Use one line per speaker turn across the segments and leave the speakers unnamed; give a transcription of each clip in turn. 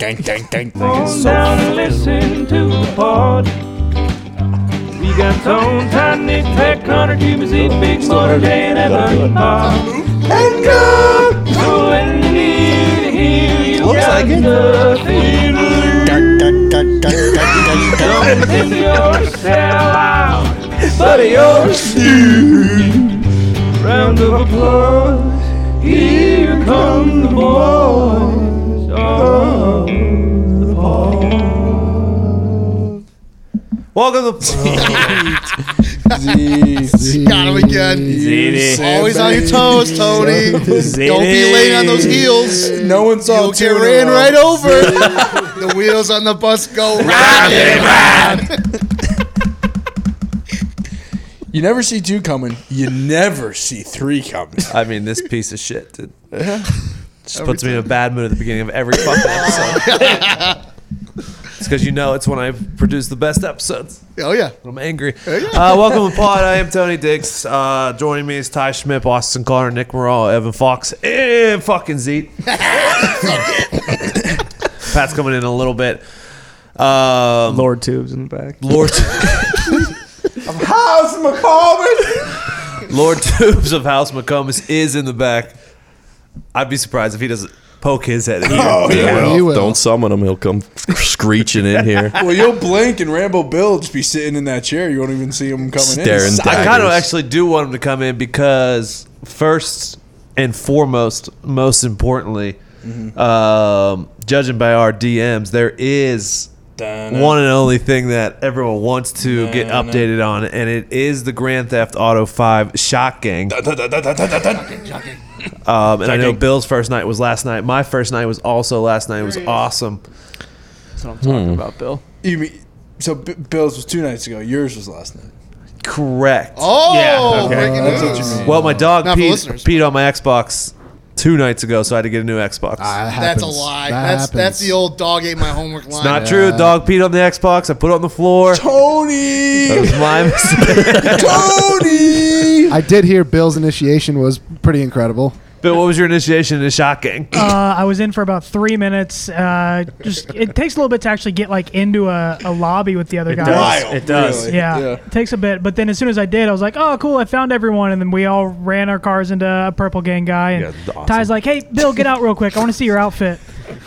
Come down and listen to the pod. We got Tone, Time, Nick, Pat, Connor, Cubans, Eat, Big Smarter, Dan, Evan, and Bob. So when you need to hear, you
Looks
got
like it.
nothing to lose. Don't think yourself out. Buddy, you're Round of applause. Here come the boys. Oh, the boys.
Welcome to
Oh, Got him again.
Zini.
Always on your toes, Tony. Don't be late on those heels.
No one saw
You'll
two
get
in a
ran
row.
right over. the wheels on the bus go round and round.
You never see two coming. You never see three coming. Uh-huh.
I mean, this piece of shit did, just puts me in a bad mood at the beginning of every fucking episode. it's because you know it's when I produce the best episodes.
Oh yeah.
I'm angry. Uh, welcome to Pod. I am Tony Diggs. Uh, joining me is Ty Schmidt, Austin Connor, Nick Morrow, Evan Fox, and fucking Zeke. Pat's coming in a little bit. Um,
Lord Tubes in the back.
Lord,
How's McCollum?
Lord Tubes of House McComas is in the back. I'd be surprised if he doesn't poke his head in. here.
Well,
You will.
Don't summon him. He'll come screeching in here.
Well, you'll blink and Rambo Bill will just be sitting in that chair. You won't even see him coming
Staring
in.
down.
I kind of
Daggers.
actually do want him to come in because first and foremost, most importantly,
Mm-hmm.
um, judging by our DMs, there is
Dun-dun.
one and only thing that everyone wants to get updated on, and it is the Grand Theft Auto Five Shot Gang. Um, and I know Bill's first night was last night. My first night was also last night. It was awesome.
That's what I'm talking
Hmm.
about, Bill.
You mean, so B- Bill's was two nights ago. Yours was last night.
Correct.
Oh,
Yeah, okay.
breaking
That's what you
news.
mean.
Well, my dog
Not for
peed,
listeners.
peed on my Xbox two nights ago, so I had to get a new Xbox.
That's a lie. that's that's the old dog ate my homework line.
Not true. Dog peed on the Xbox. I put it on the floor. It
Tony!
was my mistake.
Tony!
I did hear Bill's initiation was pretty incredible.
Bill, what was your initiation into Shot Gang?
uh, I was in for about three minutes. Uh, just it takes a little bit to actually get like into a, a lobby with the other guys.
Wild.
It does.
really.
Yeah, it takes a bit, but then as soon as I did, I was like, "Oh, cool! I found everyone!" And then we all ran our cars into a purple gang guy, and
Yeah, awesome.
Ty's like, "Hey, Bill, get out real quick! I want to see your outfit."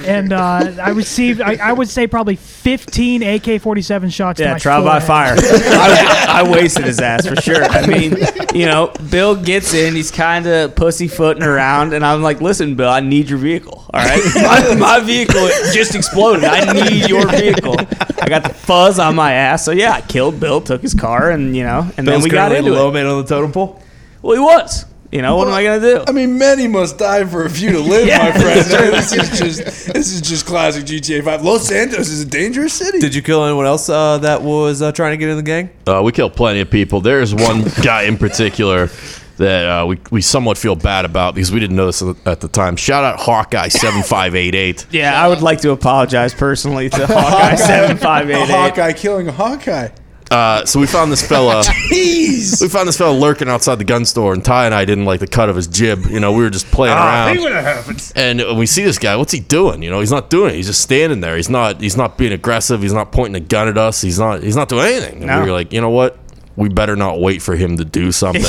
And uh, I received, I, I would say, probably 15 AK-47 shots. to
Yeah,
my
trial by
forehead.
fire. I, I wasted his ass for sure. I mean, you know, Bill gets in, he's kind of pussyfooting around, and I'm like, listen, Bill, I need your vehicle. All right, my, my vehicle just exploded. I need your vehicle. I got the fuzz on my ass, so yeah, I killed Bill, took his car, and you know, and then we got into
low
it.
man on the totem pole.
Well, he was. You know, what am I gonna do?
I mean, many must die for a few to live,
Yeah.
my friend. This is just this is just classic GTA Five. Los Santos is a dangerous city.
Did you kill anyone else uh, that was uh, trying to get in the gang?
Uh, we kill plenty of people. There's one guy in particular that uh, we, we somewhat feel bad about because we didn't know this at the time. Shout out Hawkeye7588.
Yeah, I would like to apologize personally to Hawkeye seven five
a
eight eight.
Hawkeye killing a Hawkeye.
Uh, so we found this fella.
Jeez.
We found this fella lurking outside the gun store, and Ty and I didn't like the cut of his jib. You know, we were just playing
Ah,
around. And we see this guy. What's he doing? You know, he's not doing it. He's just standing there. He's not. He's not being aggressive. He's not pointing a gun at us. He's not. He's not doing anything. And
No.
we were like, you know what? We better not wait for him to do something.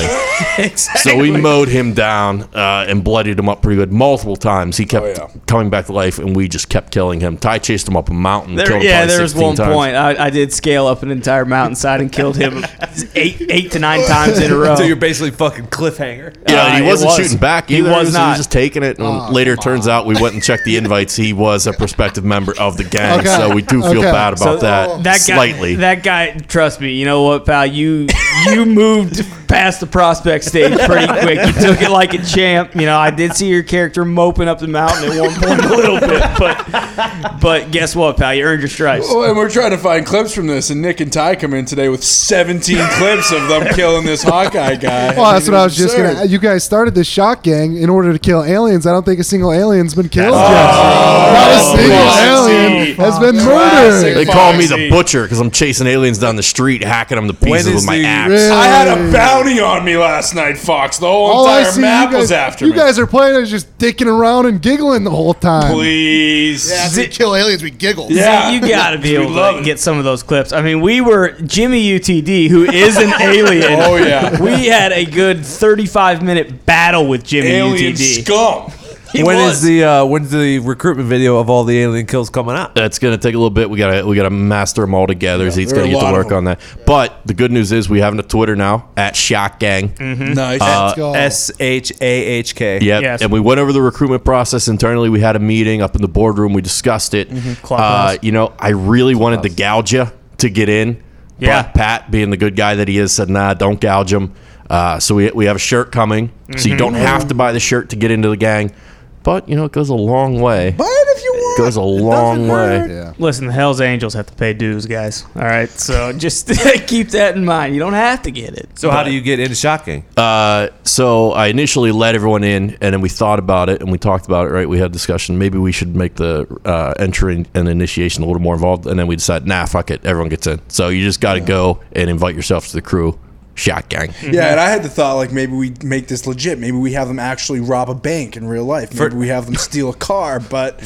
Exactly.
so we mowed him down uh, and bloodied him up pretty good multiple times. He kept
yeah.
coming back to life, and we just kept killing him. Ty chased him up a mountain.
There,
killed him
yeah,
probably
there was
16
one
times.
point I, I did scale up an entire mountainside and killed him eight eight to nine times in a row.
So you're basically fucking cliffhanger.
Yeah,
Uh,
and
it
he wasn't
was.
shooting back
He
either.
was
He was, he was
not.
just taking it. And later, it turns out we went and checked the invites. He was a prospective member of the gang,
Okay.
so we do feel
Okay.
bad about that,
oh. that guy,
slightly.
That guy, trust me. You know what, pal? You you moved past the prospect stage pretty quick. You took it like a champ. You know, I did see your character moping up the mountain at one point a little bit, but but guess what, pal? You earned your stripes.
Oh, and we're trying to find clips from this, and Nick and Ty come in today with 17 clips of them killing this Hawkeye guy.
Well, that's what I was just
Absurd.
gonna. You guys started this shock gang in order to kill aliens. I don't think a single alien's been killed yet. Not a single
wow.
alien. has been
Classic.
murdered.
They call me the
Foxy.
butcher because I'm chasing aliens down the street, hacking them to pieces
is
with my
the-
axe.
I had a bounty on me last night, Fox. The whole
All I
entire
see
map
you guys,
was after
you
me.
guys are playing is just dicking around and giggling the whole time.
Please.
Yeah, after we kill aliens, we giggle.
Yeah.
You gotta be
We
able
love
to
it.
get some of those clips. I mean, we were Jimmy UTD, who is an alien.
Oh, yeah.
we had a good 35 minute battle with Jimmy
Alien
UTD.
scum.
He
When
was.
is the uh, when's the recruitment video of all the alien kills coming out?
That's gonna take a little bit. We gotta we gotta master them all together. He's
there are
gonna
a
get
lot
to
of
work
them.
on that. But the good news is we have a Twitter now at Shock Gang.
Mm-hmm.
Uh,
Nice.
Let's go.
Uh, S H A H K.
Yep.
Mm-hmm. Yes.
And we went over the recruitment process internally. We had a meeting up in the boardroom. We discussed it.
Mm-hmm. Clockwise.
Uh, you know, I really wanted to gouge you to get in.
Yeah.
But Pat, being the good guy that he is, said, nah, don't gouge him. Uh, so we, we have a shirt coming. So
Mm-hmm.
you don't have to buy the shirt to get into the gang. But, you know, it goes a long way.
Buy it if you
It
want.
goes a long way.
Listen, the Hell's Angels have to pay dues, guys. All right, so just keep that in mind. You don't have to get it.
So how do you get into shocking?
Uh, so I initially let everyone in, and then we thought about it, and we talked about it. Right, we had a discussion. Maybe we should make the uh, entry and initiation a little more involved, and then we decided, nah, fuck it, everyone gets in. So you just got to go and invite yourself to the crew, shot gang.
Mm-hmm.
Yeah, and I had the thought like maybe we make this legit. Maybe we have them actually rob a bank in real life. Maybe we have them steal a car, but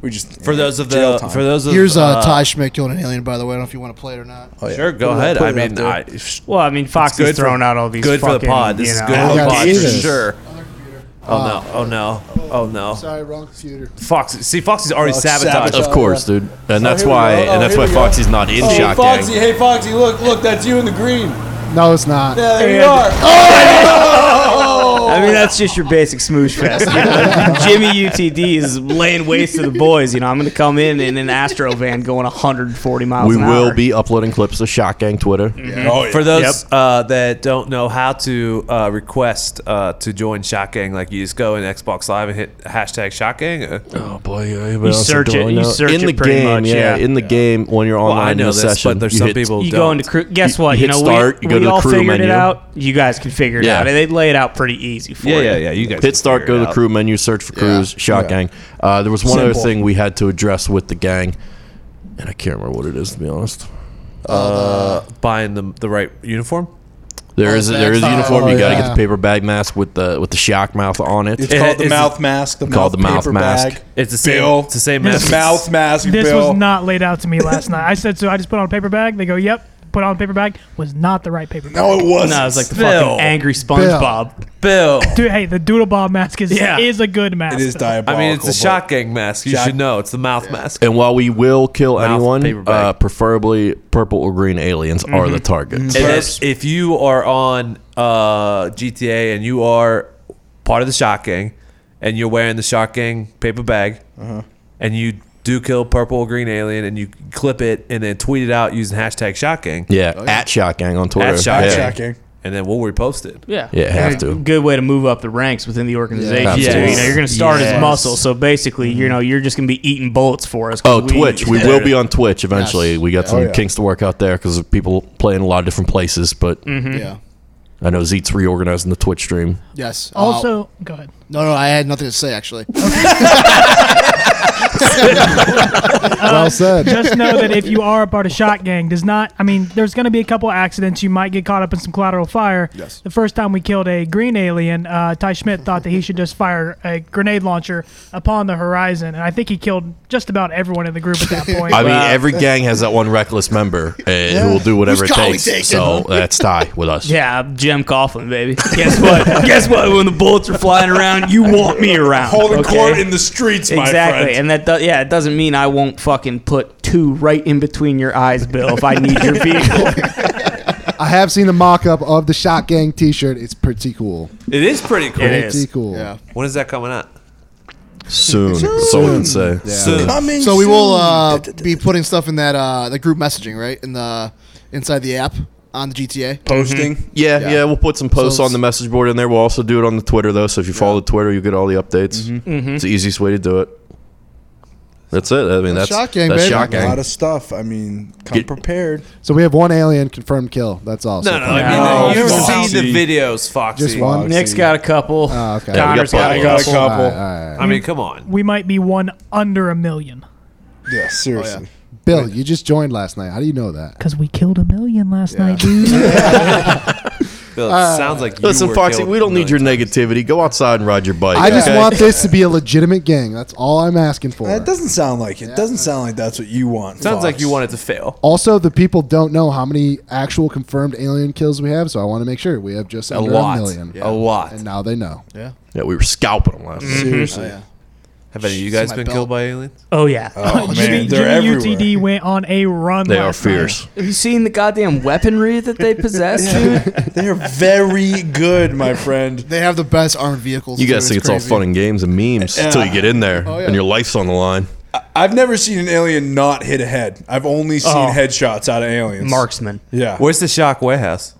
we just
For those of
jail
the
time.
for those of
Here's uh, Ty Schmidt killing an alien, by the way. I don't know if you want to play it or not.
Oh, yeah.
Sure, go
Put it-
ahead.
put
I
it up
mean,
there.
I,
Well, I mean, Fox
good
is
for-
throwing out all these.
good for the
fucking,
pod. This
you
is
know,
good for the
Alligators.
pod for
Oh, Jesus.
sure. Oh no! Oh no! Oh no!
Sorry, wrong computer.
Fox, see, Foxy's already
Fox
sabotaged.
sabotaged.
Of course, dude, and that's
here we
why,
go. Oh,
and that's
here
why
we go. Oh,
Foxy's not in shot gang.
hey Foxy, look, look, that's you in the green.
No, it's not.
Yeah, there
And-
are.
Oh,
Oh!
I mean, that's just your basic smoosh fest. You know? Jimmy UTD is laying waste to the boys. You know, I'm going to come in in an Astro van going 140 miles
We
an
will
hour.
be uploading clips of shot gang Twitter.
Mm-hmm.
Oh, yeah.
For those uh, that don't know how to uh, request uh, to join Shot Gang, like you just go in Xbox Live and hit hashtag Shot Gang. Uh,
Oh boy, yeah, anybody else
search
doing
it- you
that?
search
in
it
the
pretty
game,
much,
yeah,
yeah.
in the game when you're
well,
online
I
in the
know this,
session.
but there's
you
some
hit-
people
You
don't.
go into crew. Guess
you
what? You,
hit
know,
start,
we,
you go
we
to the
all
crew
figured it
menu.
out. You guys can figure it
Yeah.
out. They lay it out pretty easy for
yeah,
you.
yeah, yeah. You guys
Hit start, go
figure it
to the
out.
crew menu, search for crews, shot gang. Uh, there was one other
Simple.
thing we had to address with the gang, and I can't remember what it is to be honest.
Uh, Buying the the right uniform.
Uh, There is a, there is a
bags.
uniform. you
Oh,
got to
yeah.
get the paper bag mask with the with the shock mouth on it.
It's
It-
called the
it's-
mouth mask. The
called
mouth
the mouth
paper
mask.
Bag.
It's the same.
Bill.
It's the same
This-
message.
mouth mask.
This
Bill.
was not laid out to me last night. I said so. I just put on a paper bag. They go, "Yep." Put on a paper bag was not the right paper bag.
No, it wasn't.
No, it was like the
Bill.
fucking angry SpongeBob.
Bill.
Dude, hey, the doodle bob mask is
Yeah.
is a good mask.
It is
though.
diabolical.
I mean, it's a
but-
Shot Gang mask. You
Shot-
should know. It's the mouth mask.
and while we will kill
Mouth paper
anyone,
bag.
uh, preferably purple or green aliens are the targets.
Mm-hmm. And then if you are on uh, GTA and you are part of the Shot Gang and you're wearing the Shot Gang paper bag and you do kill purple or green alien and you clip it and then tweet it out using hashtag Shot Gang,
Yeah, at shot gang on Twitter.
At Shot
yeah.
Gang.
Shocking.
and then we'll repost it.
Yeah,
Yeah, have to.
Good way to move up the ranks within the organization.
Yeah,
too. You know,
absolutely.
you're going to start
Yes.
as muscle, so basically, you
Mm-hmm.
know, you're just going to be eating bullets for us. 'cause
Oh, Twitch. We will be on Twitch eventually.
Yes.
We got some
Oh, yeah.
kinks to work out there because people play in a lot of different places. But
Mm-hmm.
Yeah.
I know Zeet's reorganizing the Twitch stream.
Yes. Uh,
Also, go ahead.
no, no, I had nothing to say actually.
Well said.
Uh, Just know that if you are a part of Shot Gang, does not. I mean, there's going to be a couple accidents. You might get caught up in some collateral fire. Yes. The first time we killed a green alien, uh, Ty Schmidt thought that he should just fire a grenade launcher upon the horizon, and I think he killed just about everyone in the group at that point.
I mean, every gang has that one reckless member uh, who will do whatever
Who's
it
Collie
takes.
taking,
So
huh?
that's Ty with us.
Yeah, I'm Jim Coughlin, baby. Guess what? Guess what? When the bullets are flying around, you want me around.
Holding
okay?
court in the streets, my
exactly,
friend.
and that do- yeah, it doesn't mean I won't fucking put two right in between your eyes, Bill, if I need your vehicle.
I have seen a mock-up of the Shot Gang T-shirt. It's pretty cool.
It is pretty cool.
It
Pretty
is.
cool.
Yeah.
When is that coming out?
Soon, someone would say.
Soon.
Coming
So we will
soon.
uh, be putting stuff in that uh, the group messaging right in the inside the app on the GTA.
posting.
Yeah, yeah,
Mm-hmm. Yeah.
We'll put some posts
So-
on the message board in there. We'll also do it on the Twitter though. So if you follow the Twitter, you get all the updates. It's the easiest way to do it. That's it. I mean, that's that's
That's Shot Gang, baby.
shocking.
A lot of stuff. I mean, come
Get-
prepared.
So we have one alien confirmed kill. That's all. so
No, no.
far.
I mean,
No,
you've
Foxy.
seen the videos, Foxy.
Just one?
Nick's got a couple.
Oh, okay.
Yeah, we
Connor's
got
got,
plenty.
I
a
got a
couple.
couple.
All right, all right.
I mean, come on.
we might be one under a million.
Yeah,
Oh,
seriously.
Bill, you just joined last night. How do you know that?
Because we killed a million last night, dude.
Bill, it
Uh,
sounds like you
Listen,
were
Foxy,
killed
we don't
a
need your
million times.
negativity. Go outside and ride your bike.
I just
okay?
want this to be a legitimate gang. That's all I'm asking for.
That doesn't sound like it. Doesn't sound like that's what you want.
Sounds like
Fox.
you wanted to fail.
Also, the people don't know how many actual confirmed alien kills we have, so I want to make sure we have just
A
under
lot.
a million.
A lot. Oh,
And now they know.
Yeah, we were scalping them last. night.
seriously.
Have any of you guys
my
been
belt.
killed by aliens?
oh yeah.
Uh,
Oh, man, they're
Jimmy
everywhere.
UTD went on a run.
They are
last night.
fierce.
Have you seen the goddamn weaponry that they possess, dude?
They are very good, my friend.
They have the best armed vehicles.
You
too,
guys think it's all
crazy.
fun and games and memes until you get in there
yeah.
and your life's on the line.
I've never seen an alien not hit a head. I've only seen
Oh.
headshots out of aliens.
Marksman.
Yeah.
Where's the shock warehouse?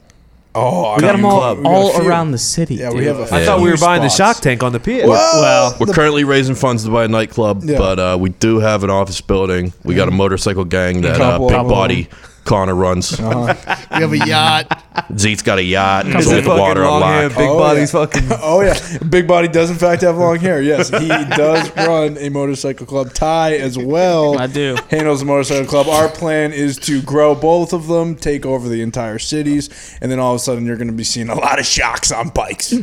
Oh, I
We got them
club.
all,
We got
all
a few.
around the city.
Yeah,
dude.
we have a
I thought we
few
were buying the shock
spots.
tank on the pier.
Well,
We're currently raising funds to buy a nightclub,
Yeah.
but uh, we do have an office building. We got a motorcycle gang that uh,
Couple
Big
of 'em.
Body Connor runs.
We have a yacht.
Zeke's got a yacht. He's
Is it
with
fucking
water a
long hair,
lot.
big
Oh,
body's
yeah.
fucking.
oh yeah, Big Body does in fact have long hair. Yes, he does run a motorcycle club. Ty as well.
I do.
handles the motorcycle club. Our plan is to grow both of them, take over the entire cities, and then all of a sudden you're going to be seeing a lot of shocks on bikes.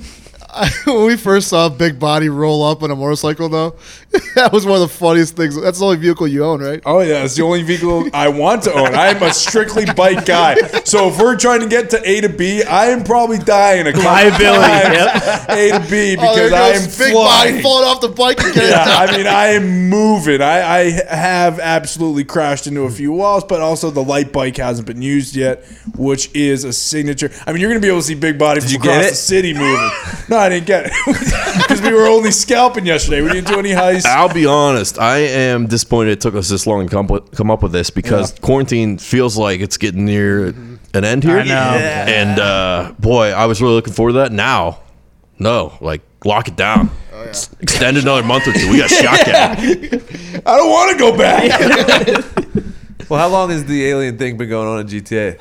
when we first saw Big Body roll up on a motorcycle, though, that was one of the funniest things. That's the only vehicle you own, right?
Oh yeah, it's the only vehicle I want to own. I'm a strictly bike guy. So if we're trying to get to A to B, I am probably dying a couple
Liability,
times A to B
Oh, there
because I am
goes Big Body
flying.
falling off the bike again.
yeah, I mean, I am moving. I, I have absolutely crashed into a few walls, but also the light bike hasn't been used yet, which is a signature. I mean, you're going to be able to see Big Body from
you
across
get
the
it?
city moving. no, I didn't get it because we were only scalping yesterday. We didn't do any heists.
I'll be honest. I am disappointed it took us this long to come, up- come up with this because quarantine feels like it's getting near an end here.
I know. Yeah.
And uh, boy, I was really looking forward to that. Now, no, like lock it down. Ex- Extend another month or two. We got shot gang.
I don't want to go back.
Well, how long has the alien thing been going on in GTA?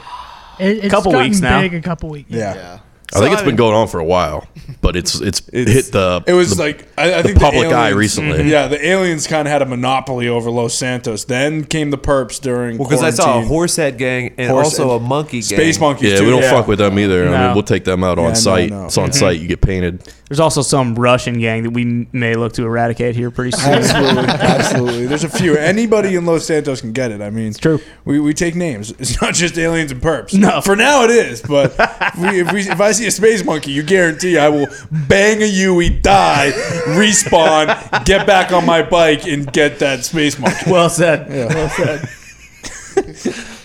It, it's
Couple
gotten
weeks now.
Big a couple weeks.
yeah.
I think it's
I
been
mean-
going on for a while, but it's it's,
It's-
hit the
It was
the-
like I, I think
public eye
aliens- Mm-hmm.
recently.
Yeah, the aliens kind of had a monopoly over Los Santos. Then came the perps during.
Well, because I saw a
quarantine.
horse head gang and
Horse
also
head-
a monkey gang.
space monkeys.
yeah,
too.
we don't fuck with them either. I
No. Mm-hmm.
mean, we'll take them out on
no,
site.
no. Mm-hmm.
It's on site. You get painted.
There's also some Russian gang that we m- may look to eradicate here pretty soon.
Absolutely, absolutely. There's a few. Anybody in Los Santos can get it. I mean, it's
true.
We, we take names. It's not just aliens and perps.
No.
for now it is. But if, we, if, we, if I see a space monkey, you guarantee I will bang a Yui, die, respawn, get back on my bike, and get that space monkey.
well said.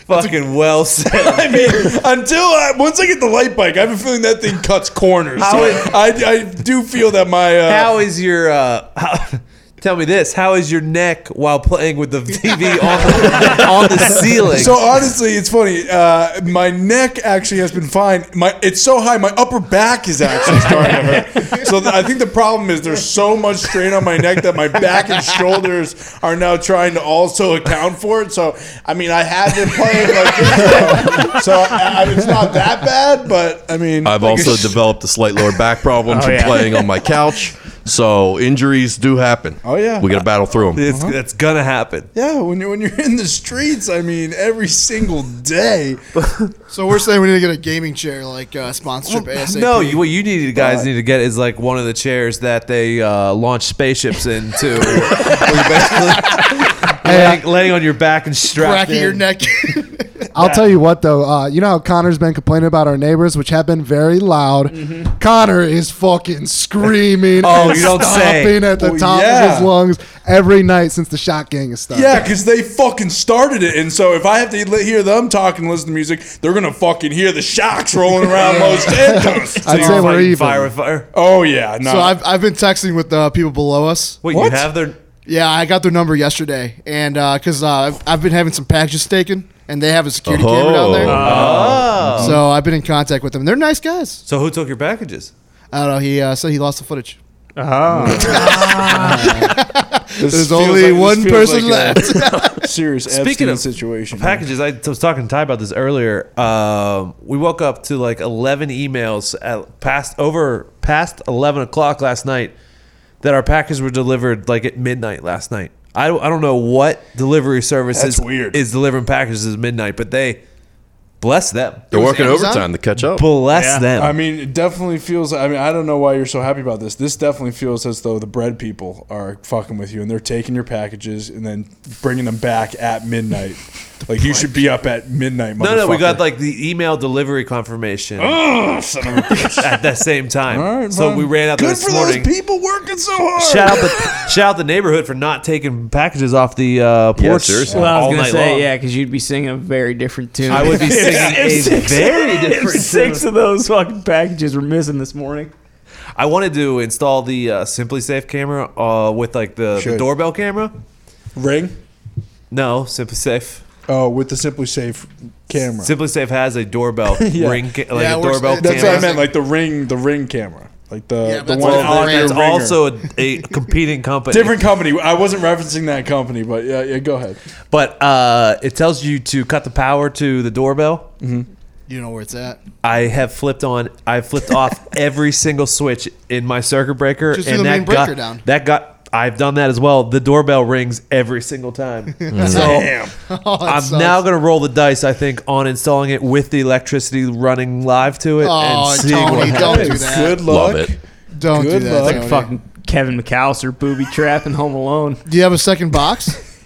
Fucking well said.
I mean, until I, once I get the light bike, I have a feeling that thing cuts corners.
How is-
I, I do feel that my uh,
How is your? Uh, how, tell me this. How is your neck while playing with the TV on the, on the ceiling?
so uh, honestly, it's funny. Uh, my neck actually has been fine. My it's so high, my upper back is actually starting to hurt. So th- I think the problem is there's so much strain on my neck that my back and shoulders are now trying to also account for it. So I mean, I have been playing like this, so, so I, I, it's not that bad. But I mean,
I've
like a
also
sh- Oh,
developed a slight lower back problem from
yeah.
playing on my couch. So injuries do happen.
Oh, yeah. Uh-huh.
we got to battle through them.
it's, it's gonna happen.
Yeah, when you're when you're in the streets, I mean, every single day.
So we're saying we need to get a gaming chair, like uh, sponsorship ASAP.
No, you, what you need guys need to get is like one of the chairs that they uh, launch spaceships into. where you're basically laying, laying on your back and strapped
cracking
in.
your neck.
I'll tell you what, though. Uh, you know how Connor's been complaining about our neighbors, which have been very loud.
Mm-hmm.
Connor is fucking screaming.
Oh,
and
you don't say.
stomping at the
Oh,
top
yeah.
of his lungs every night since the shot gang has started.
Yeah, because they fucking started it, and so if I have to li- hear them talk and listen to music, they're gonna fucking hear the shocks rolling around Los Santos.
I'd say we're
Fighting
even.
Fire with fire.
Oh yeah, no.
so I've, I've been texting with uh, people below us.
Wait,
What?
you have their?
Yeah, I got their number yesterday, and because uh, I've, I've been having some packages taken, and they have a security camera down there. So I've been in contact with them. They're nice guys.
Oh. So who took your packages?
I don't know. He uh, said he lost the footage.
Oh.
Ah. This
There's
feels
only
like- this
one
feels
person
like a
left.
serious
Speaking
Epstein
of
situation.
Packages. I t- was talking to Ty about this earlier. Um, we woke up to like eleven emails at past over past eleven o'clock last night that our packages were delivered like at midnight last night. I don't, I don't know what delivery service
That's
is,
weird.
is delivering packages at midnight, but they bless them.
They're
was
working
Amazon?
overtime to catch up.
Bless them.
I mean, it definitely feels. I mean, I don't know why you're so happy about this. This definitely feels as though the bread people are fucking with you, and they're taking your packages and then bringing them back at midnight. like you should be up at midnight.
no, no, we got
motherfucker.
like the email delivery confirmation at the same time.
All right,
so
fine.
we ran out there
Good
this
for
morning.
those people working so hard.
Shout out the shout out the neighborhood for not taking packages off the uh, porch
seriously.
all
Well, I was gonna
night
say
long.
yeah, because you'd be singing a very different tune.
I would be singing a very
If
different.
six of those fucking packages were missing this morning.
I wanted to install the uh, Simply Safe camera uh, with like the, the
Should.
doorbell camera.
Ring.
No, Simply Safe.
Oh, with the Simply Safe camera.
Simply Safe has a doorbell
Yeah.
ring, ca- like
Yeah, it
a
works-
doorbell
that's
camera.
what I meant. Like the ring, the ring camera. Like the
Uh,
Yeah, but
the
that's
one.
all
on
Well,
your
that's
ringer.
also a, a competing company.
different company. I wasn't referencing that company, but yeah, yeah. Go ahead.
but uh, it tells you to cut the power to the doorbell.
You know where it's at.
I have flipped on. I flipped off every single switch in my circuit breaker,
Just do
and
the
that
main
got
breaker down.
that got. I've done that as well. The doorbell rings every single time. so
Oh, that
I'm
sucks.
now gonna roll the dice. I think on installing it with the electricity running live to it
Oh,
and seeing what
Tony,
happens.
don't do that.
Good luck.
Love it.
Don't do
Good
that.
luck.
Tony.
Fucking Kevin McAllister booby trap and Home Alone.
Do you have a second box?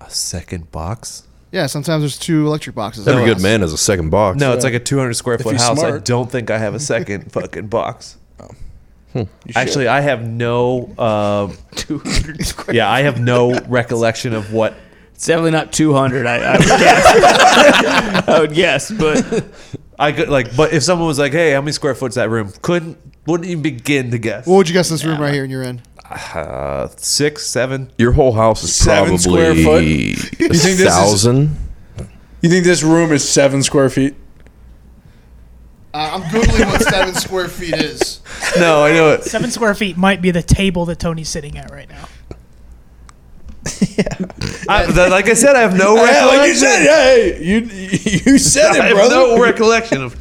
A second box?
yeah, sometimes there's two electric boxes.
Every
No,
good man has a second box.
No, it's like a 200 square foot
you're
house. I
smart.
don't think I have a second fucking box.
Hmm.
You should.
Actually, I have no. Uh, yeah, I have no recollection of what
It's definitely not 200. I, I would guess. I would guess, but
I could like, but if someone was like, "Hey, how many square foot's that room?" Couldn't wouldn't even begin to guess.
What would you guess this room right here and you're in?
Uh, six, seven.
Your whole house is
Seven
probably
square foot?
a
this is-
thousand.
You think this room is seven square feet?
Uh, I'm googling what seven square feet is.
No, I know it.
Seven square feet might be the table that Tony's sitting at right now.
I, that- like I said, I have no
Yeah,
recollection.
like you said, yeah, hey, you you said
I
it,
have
brother.
no recollection of.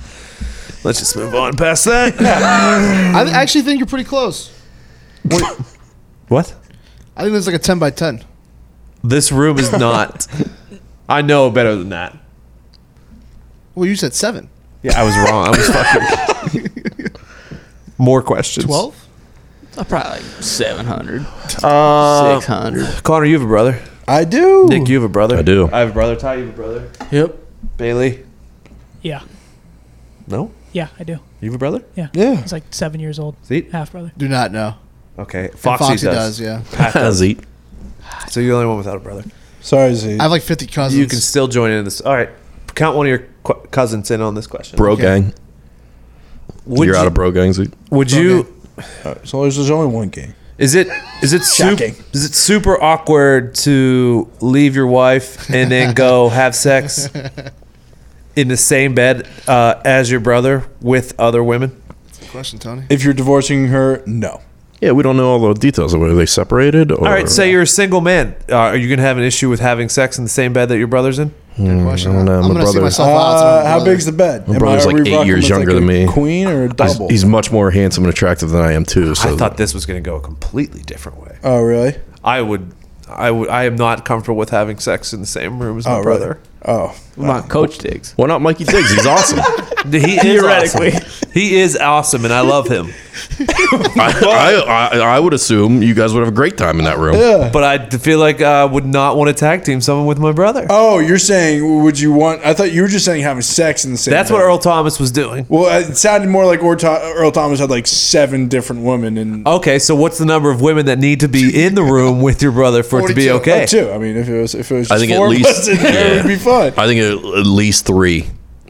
Let's just move on past that.
I th- actually think you're pretty close.
What?
I think there's like a 10 by 10.
This room is not. I know better than that.
Well, you said seven.
Yeah, I was wrong. I was fucking. More questions.
12?
probably 700,
Uh,
600.
Connor, you have a brother.
I do.
Nick, you have a brother.
I do.
I have a brother. Ty, you have a brother.
Yep.
Bailey.
Yeah,
No,
yeah, I do.
you have a brother.
Yeah.
He's like seven years old,
See?
half brother.
Do not know.
Okay.
And
Foxy, does.
yeah.
Zeke.
So you're the only one without a brother.
Sorry, Z.
I have like 50 cousins.
You can still join in this. All right, count one of your qu- cousins in on this question.
Bro
Okay.
gang.
would
You're
you,
out of bro gang, Zeke.
Would you?
Uh, so there's, there's only one game.
Is it is it super
Shocking.
is it super awkward to leave your wife and then go have sex in the same bed uh, as your brother with other women?
Question, Tony.
If you're divorcing her, no.
Yeah, we don't know all the details. Were they separated? Or?
All right, say you're a single man. Uh, are you gonna have an issue with having sex in the same bed that your brother's in?
Question.
Hmm, I don't know. My
I'm going to see
brother's-
myself out. tonight
Uh,
with
how
brother.
big's the bed? Am
brother's
I
like eight
re-rocking
years
with,
younger
like,
than
a
me.
Queen or a
He's,
double?
he's much more handsome and attractive than I am too. So
I thought this was gonna go a completely different way.
oh, really?
I would. I would. I am not comfortable with having sex in the same room as my
Oh, really?
brother.
Oh,
My coach digs.
why not Mikey Diggs? He's awesome.
He
Theoretically.
is awesome. he is awesome, and I love him.
I, I, I would assume you guys would have a great time in that room.
But I d- feel like I would not want to tag team someone with my brother.
oh, you're saying would you want? I thought you were just saying having sex in the same.
That's
bed.
what Earl Thomas was doing.
Well, it sounded more like Earl Tho- Earl Thomas had like seven different women and
Okay, so what's the number of women that need to be in the room with your brother for it to be
42.
okay?
two. I mean, if it was if it was just
I think at
four
least-
of us in there,
yeah.
it would be fun.
I think at at least three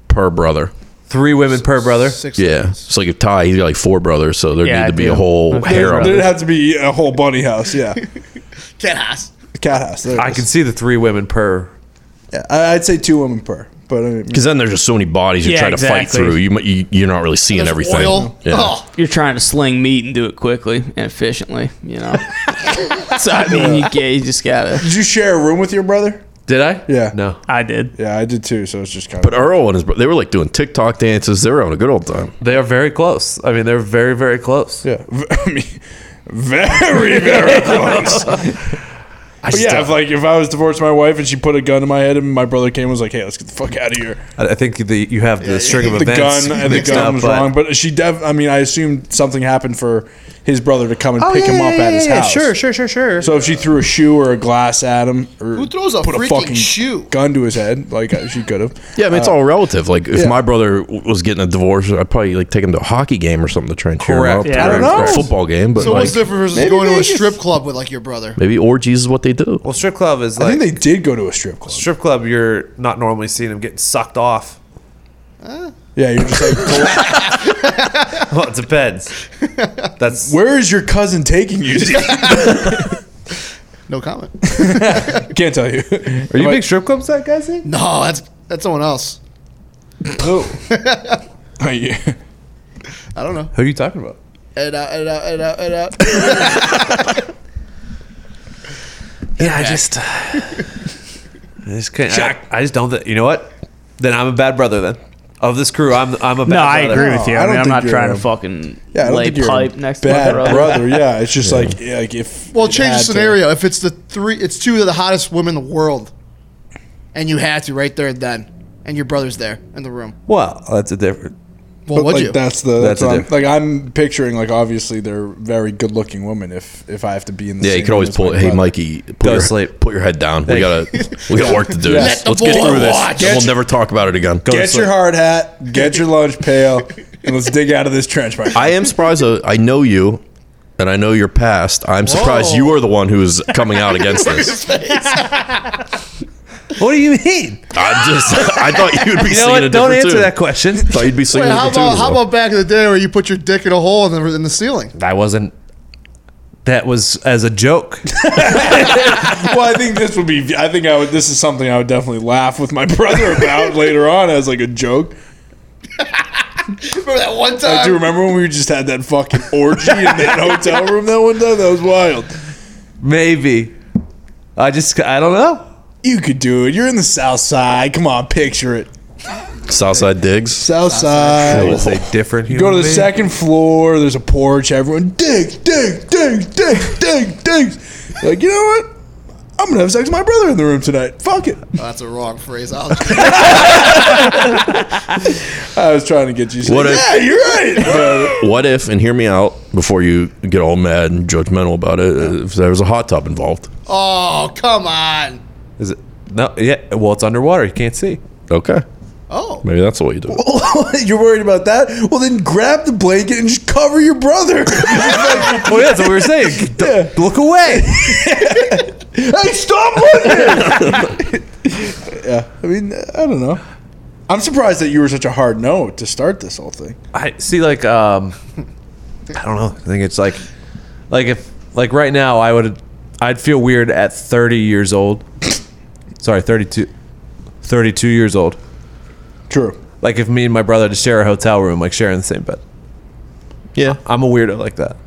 per brother.
Three women per brother.
Six
Yeah,
cousins.
it's like a tie. He's got like four brothers, so there
Yeah,
need
I
to be
do.
a whole
Okay.
harem.
There'd have to be a whole bunny house. Yeah,
Cat house.
cat house. There it
I
is.
can see the three women per.
Yeah, I- I'd say two women per. But I mean,
Because then there's just so many bodies you're
Yeah,
trying to fight
exactly.
through. You, mu- you you're not really seeing
There's
everything.
Oil.
Yeah.
Oh,
You're trying to sling meat and do it quickly and efficiently, you know? so, I mean, you, yeah, you just gotta.
did you share a room with your brother?
Did I?
Yeah.
No.
I did.
Yeah, I did too. So it's just kind
But
of.
Earl and his bro- they were like doing TikTok dances. They were having a good old time.
They are very close. I mean, they're very, very close.
Yeah, I mean, very very close.
I
But
just
yeah,
don't-
if like if I was divorced from my wife and she put a gun to my head and my brother came and was like, "Hey, let's get the fuck out of here."
I I think the, you have the string of
The
events
gun and the
mixed
gun
up,
was
but-
wrong, but she def. I mean, I assumed something happened for his brother to come and
Oh,
pick him up at his house.
Sure, sure, sure, sure.
So if she threw a shoe or a glass at him, or
Who throws a
put
freaking
a fucking
shoe?
gun to his head, like uh, she could have.
Yeah, I mean, it's all relative. Like, if
yeah.
my brother w- was getting a divorce, I'd probably like take him to a hockey game or something to try and cheer
Correct.
him up.
Yeah. I
or
don't
know.
A football game, but
So
like,
what's different versus
maybe
going to a
Vegas.
strip club with like your brother?
maybe orgies is what they do.
Well, strip club is
I
like
think they did go to a strip club.
strip club. You're not normally seeing them getting sucked off.
Eh. Yeah, you're just like, "Well,
Well, it depends. That's
where is your cousin taking you? to?"
No comment.
Can't tell you.
are you a big strip club set guy? Zane?
No, that's that's someone else.
Oh, yeah.
I don't know.
Who are you talking about?
And out, and out, and out, and out.
Yeah, I just,
uh,
I just can't. I, I just don't. Th- you know what? Then I'm a bad brother. Then of this crew, I'm I'm a bad
no, I
brother.
agree with you.
I
I,
don't
mean, I'm
think
not
you're
trying
a-
to fucking
Yeah, I don't
lay
think you're
pipe
a
next to my
bad
brother.
brother. Yeah, it's just like like if
Well, change the
you had to-
scenario. If it's the three, it's two of the hottest women in the world, and you had to right there and then, and your brother's there in the room.
Well, that's a different.
Well,
But,
would
like
you?
that's the that's,
That's a
what I'm,
diff-
like I'm picturing like obviously they're very good looking women if if I have to be in the
Yeah,
same
you could always
room as
pull.
my
Hey,
brother."
Mikey, put
Go
your,
to sleep.
Put your head down. We gotta we got work to do.
Let
Let's
the
get through
boy
this.
watch.
and we'll never talk about it again.
Get your hard hat, get your lunch pail, and let's dig out of this trench. Mike.
I am surprised. Though, I know you, and I know your past. I'm surprised you are the one who is coming out against this.
What do you mean?
I'm just. I thought you'd be
You know
singing
what?
a
Don't
different
answer
tune.
that question.
Thought you'd be singing
Wait,
a
how
different
about
tune.
how about back in the day where you put your dick in a hole in the in the ceiling?
That wasn't. That was as a joke.
well, I think this would be. I think I would. This is something I would definitely laugh with my brother about later on as like a joke.
Remember that one time?
I do remember when we just had that fucking orgy in that hotel room that one time. That was wild.
Maybe. I just I don't know.
You could do it. You're in the South Side. Come on, picture it.
Southside digs?
South Side.
I was a different. Human
Go to the
being.
second floor. There's a porch. Everyone digs, digs, digs, digs, digs, digs. Like you know what? I'm gonna have sex with my brother in the room tonight. Fuck it.
Oh, that's a wrong phrase. I'll-
I was trying to get you. to say,
What if-
yeah, you're right.
What if? And hear me out before you get all mad and judgmental about it. uh, If there was a hot tub involved.
oh, come on.
Is it? No. Yeah. Well, it's underwater. You can't see.
Okay,
Oh,
maybe that's what you do.
But you're worried about that? Well, then grab the blanket and just cover your brother.
Well, yeah, that's what we were saying. D-
Yeah.
Look away.
hey, stop looking. yeah, I mean, I don't know. I'm surprised that you were such a hard no to start this whole thing.
I see. Like, um, I don't know. I think it's like, like if, like right now, I would, I'd feel weird at 30 years old. Sorry, 32, 32 years old.
True.
Like if me and my brother just share a hotel room, like sharing the same bed.
Yeah.
I'm a weirdo like that.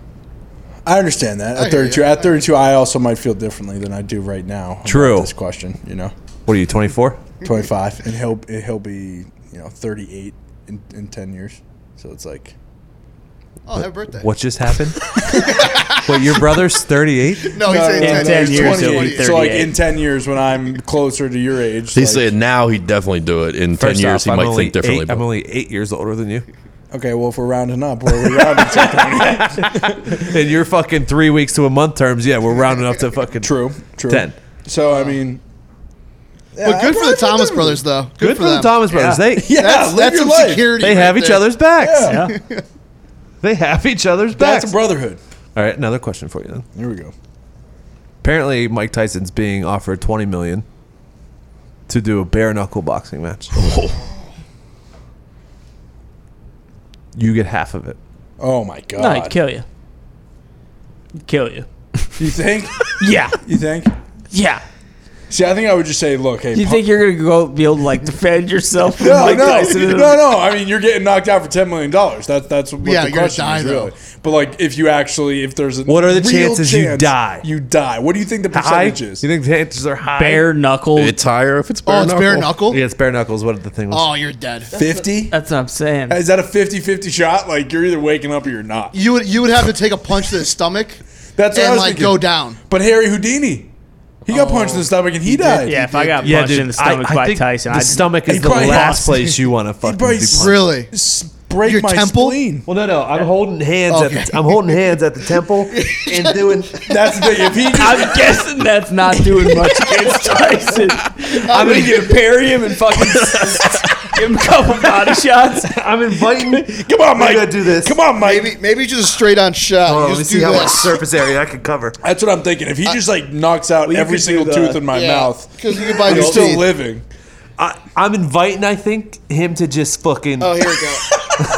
I understand that. At
hear
32,
you.
at 32, I also might feel differently than I do right now. about
True.
This question, you know,
What are you, 24?
25, and he'll he'll be you know 38 in, in 10 years. So it's like,
oh, happy birthday.
What just happened? Wait, your brother's 38?
No, he's saying
No,
in
no,
10
10
he's
years,
he'll
28.
be
So like
38.
in 10 years, when I'm closer to your age,
He
like,
said now he'd definitely do it. In ten
First
years,
off,
he
I'm
might
only
think differently.
Eight,
but-
I'm only eight years older than you,
okay, well, if we're rounding up, we're, we're rounding something.
and you're fucking three weeks to a month terms. Yeah, we're rounding up to fucking
True, true.
10.
So I mean,
But good for the Thomas brothers, though. Good,
Good for the
them.
Thomas brothers. They
yeah,
That's,
live
that's
your
some
life.
security.
They
right
have each
there.
other's backs.
Yeah.
They have each other's backs.
That's a brotherhood.
All right, another question for you then.
Here we go.
Apparently, Mike Tyson's being offered 20 million to do a bare knuckle boxing match. you get half of it.
Oh my god.
No, he'd kill you. He'd kill you.
You think?
Yeah,
You think?
yeah.
See, I think I would just say, look, hey,
You
punk-
think you're gonna go be able to like defend yourself? From
No,
Mike
no,
Tyson?
no, no. I mean, you're getting knocked out for ten million dollars. That's that's what
Yeah,
the
you're gonna
question
die,
is
though.
really. But like, if you actually, if there's a
What are the
real
chances you
chance
die?
You die. What do you think the
High? You
percentage is?
think the chances are high?
Bare knuckle.
it's higher if it's bare
Oh, it's bare knuckle?
Yeah, it's bare knuckles. What the thing was?
Oh, you're dead.
Fifty?
That's what I'm saying.
Is that a 50-50 shot? Like you're either waking up or you're not.
You would you would have to take a punch to the stomach
That's what I
and
was
like
thinking.
go down.
But Harry Houdini, He got punched
Oh.
in the stomach and he, died.
Yeah, if I got
Yeah,
punched
dude.
in the stomach
I, I
by
think
Tyson,
the
I'd
stomach is
He
the
probably
last
lost.
place you want to fucking be
probably
punched.
slipped.
Really?
S- break
Your
my
temple?
spleen.
Well, no, no. I'm holding hands.
Okay.
At the, I'm holding hands at the temple and doing.
That's the thing. If he just,
I'm guessing that's not doing much against Tyson. I'm gonna get to parry him and fucking give him a couple body shots.
I'm inviting.
come on, Mike.
Maybe I do this.
Come on, Mike.
Maybe maybe just a straight on shot.
Hold on, let me
just
see
do
how much
this.
surface area I can cover.
That's what I'm thinking. If he just like knocks out
you
every
could
single
do the-
tooth in my mouth,
Because you can buy
and
new
he's still
teeth.
living.
I, I'm inviting. I think him to just fucking.
Oh, here we go.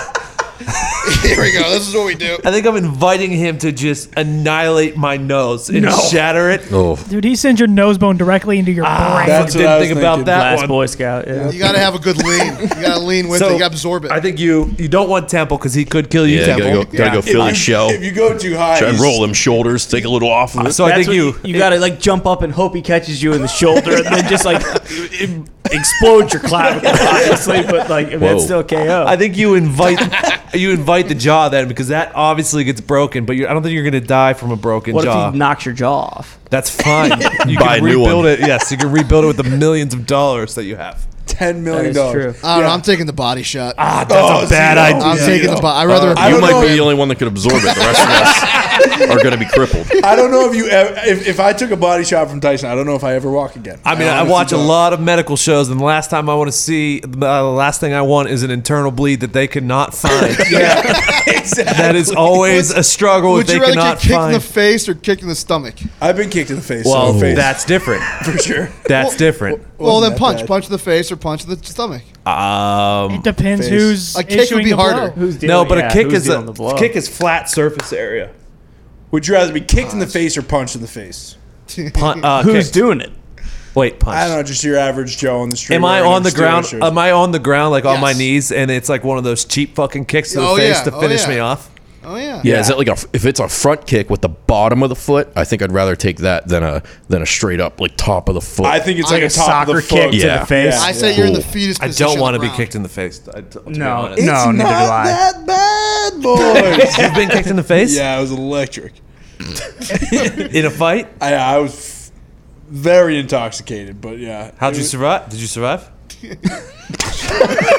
here we go. This is what we do.
I think I'm inviting him to just annihilate my nose and shatter it.
Oh,
Dude, he sends your nose bone directly into your
Ah,
brain.
That's
Didn't
what I was
think about
thinking.
that
Last
one.
Boy Scout. Yeah.
You got to have a good lean. You got to lean with
So,
it. You gotta absorb it.
I think you you don't want Temple because he could kill you.
yeah, gotta
Temple.
go, gotta go fill
If
his
you-
shell.
If you go too high,
Try and
he's-
roll them shoulders. Take a little off of it.
So I think you.
you gotta like jump up and hope he catches you in the shoulder and then just like explode your clavicle, obviously. But like if
Whoa.
that's still KO.
I think you invite you invite the jaw then because that obviously gets broken. But you're, I don't think you're gonna die from a broken
what
jaw.
if he knocks your jaw off?
That's fine. You
Buy
can
a new
rebuild
one.
it. Yes, you can rebuild it with the millions of dollars that you have.
ten million
That is
dollars.
true.
I don't know,
Yeah.
I'm taking the body shot.
Ah, that's
Oh,
a bad
zero.
idea.
I'm
yeah,
taking
yeah.
the body. I'd rather.
Uh, I
you
don't
might
know
be
if-
the only one that could absorb it. The rest of us are going to be crippled.
I don't know if you ever, if, if I took a body shot from Tyson, I don't know if I ever walk again.
I mean, I,
honestly
watch a
don't.
lot of medical shows, and the last time I want to see, uh, the last thing I want is an internal bleed that they cannot find.
Yeah, exactly.
that is always a struggle
Would
if they
you rather get
cannot
kicked in
find.
the face or kicked in the stomach?
I've been kicked in the face.
well,
so face,
that's different.
for sure.
That's different.
Well, then
that
punch.
bad.
Punch in the face or punch in the stomach.
Um,
It depends
Face.
who's
A kick would
issuing
be
the
harder.
blow.
no, but
yeah,
a kick
who's
is a
dealing the blow?
kick is flat surface area.
Would you rather be kicked in the face or punched in the face?
Pun, uh,
Who's
kick.
doing it?
Wait, punch.
I don't know, just your average Joe on the street.
Am I
wearing
on the
steroid
ground?
shirts.
Am I on the ground like on my
Yes.
knees, and it's like one of those cheap fucking kicks to the
Oh,
face
yeah.
to
Oh,
finish
yeah.
me off?
Oh yeah.
Yeah, is that like a if it's a front kick with the bottom of the foot? I think I'd rather take that than a than a straight up like top of the foot.
I think it's like,
Like
a,
a
top of the
soccer
foot.
kick to
the face?
I say you're in the fetus.
I
position
don't
on
want
the
to be
ground.
kicked in the face. I, to be
No.
honest.
No. neither do I.
That bad, boys.
You've been kicked in the face
yeah, it was electric.
in a fight.
I, I was very intoxicated, but yeah.
How'd
It
you
was-
survive? Did you survive?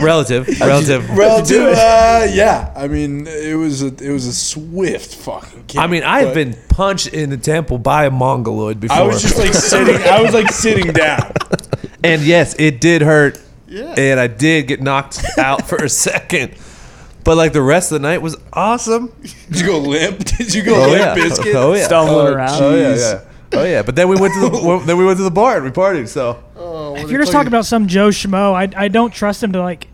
relative, relative.
Well, do uh, yeah. I mean, it was a it was a swift fucking kick.
I mean, I've
but
been punched in the temple by a mongoloid before,
I was just like sitting. I was like sitting down.
and yes, it did hurt,
Yeah.
and I did get knocked out for a second. But like the rest of the night was awesome.
Did you go limp? Did you go
Oh
limp
yeah,
biscuit?
oh yeah,
Stumbling around.
Oh yeah, yeah. Oh yeah, but then we went to the well, then we went to the bar and we partied. So
Oh, what
If
are
you're
they
just
call
talking
you?
about some Joe Schmo, I, I don't trust him to like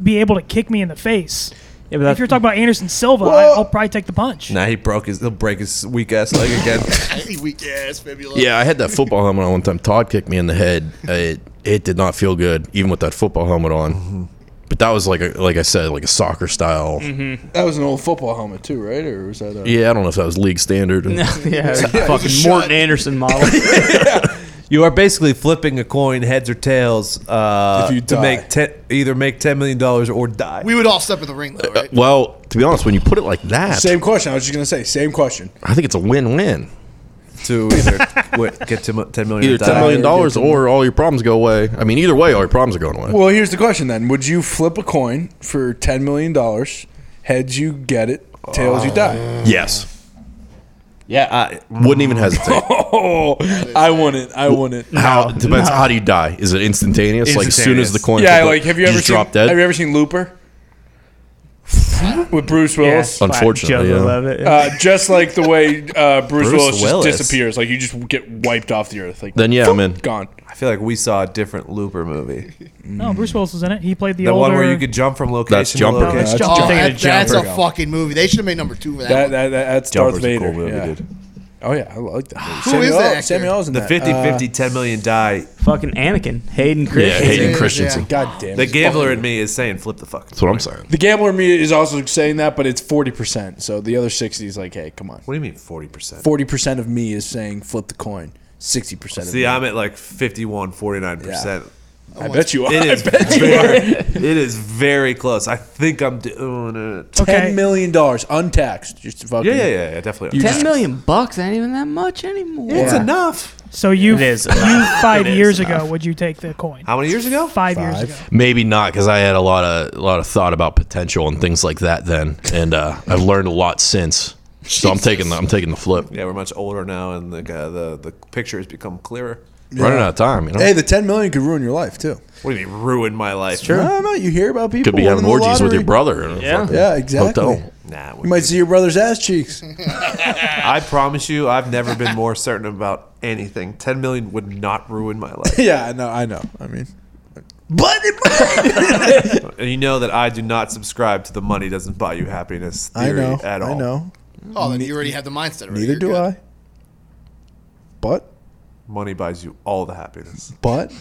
be able to kick me in the face.
Yeah, but
If you're talking about Anderson Silva, I,
Well-
I'll probably take the punch.
now he broke his he'll break his weak ass leg again.
Hey, weak ass fibula.
Yeah, I had that football helmet on one time. Todd kicked me in the head. It it did not feel good, even with that football helmet on.
Mm-hmm.
But that was like a, like I said, like a soccer style.
That was an old football helmet too, right? Or was that? A,
Mm-hmm. Yeah, I don't know if that was league standard.
yeah,
a
fucking
shot.
Morton Anderson model.
you are basically flipping a coin, heads or tails, uh,
If you
to
die.
make ten, either make ten million dollars or die.
We would all step in the ring though,
Uh,
right?
Well, Oh, to be honest, when you put it like that,
Same question. I was just gonna say same question.
I think it's a win-win.
to either wait, get to mo- ten million, or
Either
die.
ten million dollars or all your problems go away. I mean, either way, all your problems are going away.
Well, here's the question then: Would you flip a coin for ten million dollars? Heads, you get it. Tails, you die.
yes,
Yeah, I,
wouldn't even hesitate.
Oh, I won it. I won it.
How depends. How do you die? Is it instantaneous? Like as soon as the
Instantaneous.
coin?
Yeah,
hit the-
like have you ever
just
seen?
drop dead?
Have you ever seen Looper? With Bruce Willis.
Unfortunately,
Joe
yeah.
Lovett.
Uh, just just like the way uh, Bruce,
Bruce
Willis,
Willis.
just disappears, like you just get wiped off the earth, like
Then yeah, I'm in.
gone.
I feel like we saw a different Looper movie.
Mm.
No, Bruce Willis was in it. He played the,
The
older.
one where you could jump from location
Jumper.
to
No,
location.
that's
Yeah,
John-
that's
Oh,
Jumper.
that, that's a
Jumper.
fucking movie. They should have made number two for that.
That,
one.
that, that that's
Jumper's
Darth Vader.
a cool movie,
yeah.
dude.
Oh yeah, I like that. Who
Who is
Samuel,
that actor?
Samuel's in
The
that.
50
Uh,
50, 10 million die.
fucking Anakin, Hayden
Yeah,
Christensen.
Hayden
yeah.
Christensen.
God damn.
The
it.
gambler in me is saying flip the fuck.
That's what I'm saying.
Uh, The gambler in me is also saying that, but it's forty percent. So the other sixty is like, hey, come on.
What do you mean 40%?
Forty percent of me is saying flip the coin. Sixty percent. of
See,
me.
I'm at like 51, 49%.
I bet you are.
It is
I bet you
very,
are.
it is very close. I think I'm doing it.
Okay.
Ten million dollars untaxed. Just to fucking
Yeah, yeah, yeah, yeah definitely.
You-
Ten million bucks ain't even that much anymore.
It's enough.
So oh, you,
It is
you
enough.
five
It is
years
enough.
ago, would you take the coin?
How many years ago?
Five, years ago.
Maybe not, because I had a lot of a lot of thought about potential and things like that then, and uh, I've learned a lot since. So I'm taking the I'm taking the flip.
Yeah, we're much older now, and the guy, the the picture has become clearer.
Running out of time, you know.
Hey, the ten million could ruin your life too.
What do you mean ruin my life?
I don't know. You hear about people
Could be having
winning the
orgies with your
lottery.
brother. in a
Yeah.
fucking
Yeah, exactly.
Hotel.
Nah,
You might see your brother's ass cheeks.
I promise you, I've never been more certain about anything. Ten million would not ruin my life.
yeah, I know. I know. I mean,
And you know that I do not subscribe to the money doesn't buy you happiness
I
theory
know.
at
I
all.
know.
Oh, then you already have the mindset. Already.
Neither
You're
do
good.
I. But,
Money buys you all the happiness.
but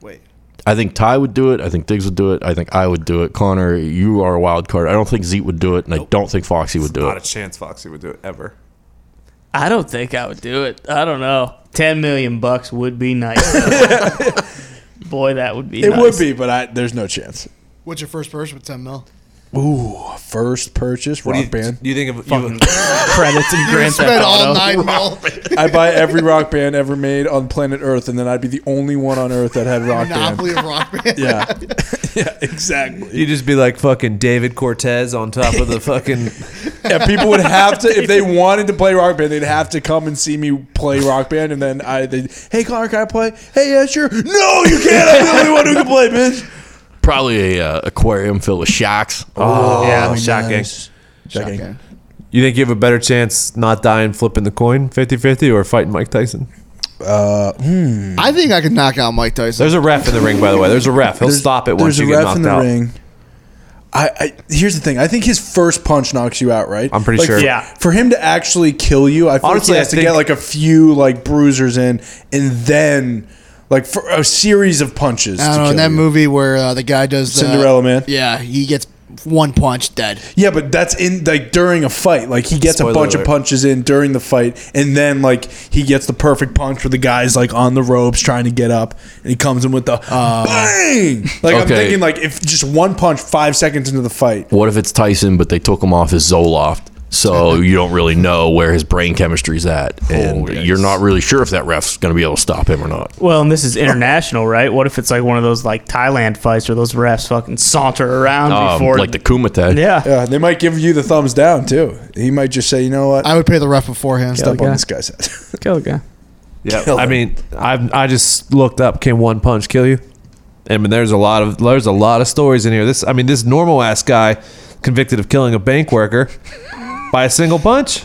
Wait.
I think Ty would do it. I think Diggs would do it. I think I would do it. Connor, you are a wild card. I don't think Zeke would do it, and I don't think Foxy would do
Not a
it.
chance Foxy would do it ever.
I don't think I would do it. I don't know. Ten million bucks would be nice. Boy, that would be.
it
nice.
would be. But I, there's no chance.
What's your first purchase with 10 mil?
Ooh, first purchase rock
do you,
band.
do you think of
Fucking
you,
credits and Grand Theft
Spent all
Auto.
9 mil.
I'd buy every rock band ever made on planet Earth, and then I'd be the only one on Earth that had rock band.
Monopoly of rock band.
Yeah, yeah, exactly.
you just be like fucking David Cortez on top of the fucking
Yeah, people would have to if they wanted to play rock band, they'd have to come and see me play rock band, and then I, they, hey Connor, can I play? Hey, yeah, sure. No, you can't. I'm the only one who can play, bitch.
Probably a uh, aquarium filled with sharks.
oh, yeah, shocking.
Shocking.
You think you have a better chance not dying flipping the coin 50-50 or fighting Mike Tyson?
Uh, hmm.
I think I could knock out Mike Tyson.
There's a ref in the ring, by the way. There's a ref. He'll stop it once
There's
you
a
get
ref
knocked
in the
out.
ring. I, I here's the thing. I think his first punch knocks you out, right?
I'm pretty sure.
For,
Yeah.
For him to actually kill you, I feel Honestly,
Honestly,
like he has
I
to
think-
get like a few like bruisers in, and then like for a series of punches.
I
to
don't know.
kill
In that
you.
movie where uh, the guy does the-
Cinderella Man?
Yeah, he gets one punch dead.
Yeah, but that's in like during a fight. Like he gets
Spoiler
a bunch
alert.
of punches in during the fight, and then like he gets the perfect punch where the guy's like on the ropes trying to get up, and he comes in with the bang. Like I'm
Okay.
thinking like if just one punch five seconds into the fight.
What if it's Tyson, but they took him off his Zoloft? So you don't really know where his brain chemistry's at,
Oh,
and you're not really sure if that ref's going to be able to stop him or not.
Well, and this is international, right? What if it's like one of those like Thailand fights where those refs fucking saunter around
Um,
before?
like the Kumite.
yeah.
Yeah, they might give you the thumbs down too. He might just say, you know what,
I would pay the ref beforehand.
step
okay.
on this guy's head.
Kill the guy.
Yeah,
Kill
I
him.
mean, I I just looked up. Can one punch kill you? I mean, there's a lot of there's a lot of stories in here. This, I mean, this normal ass guy convicted of killing a bank worker by a single punch,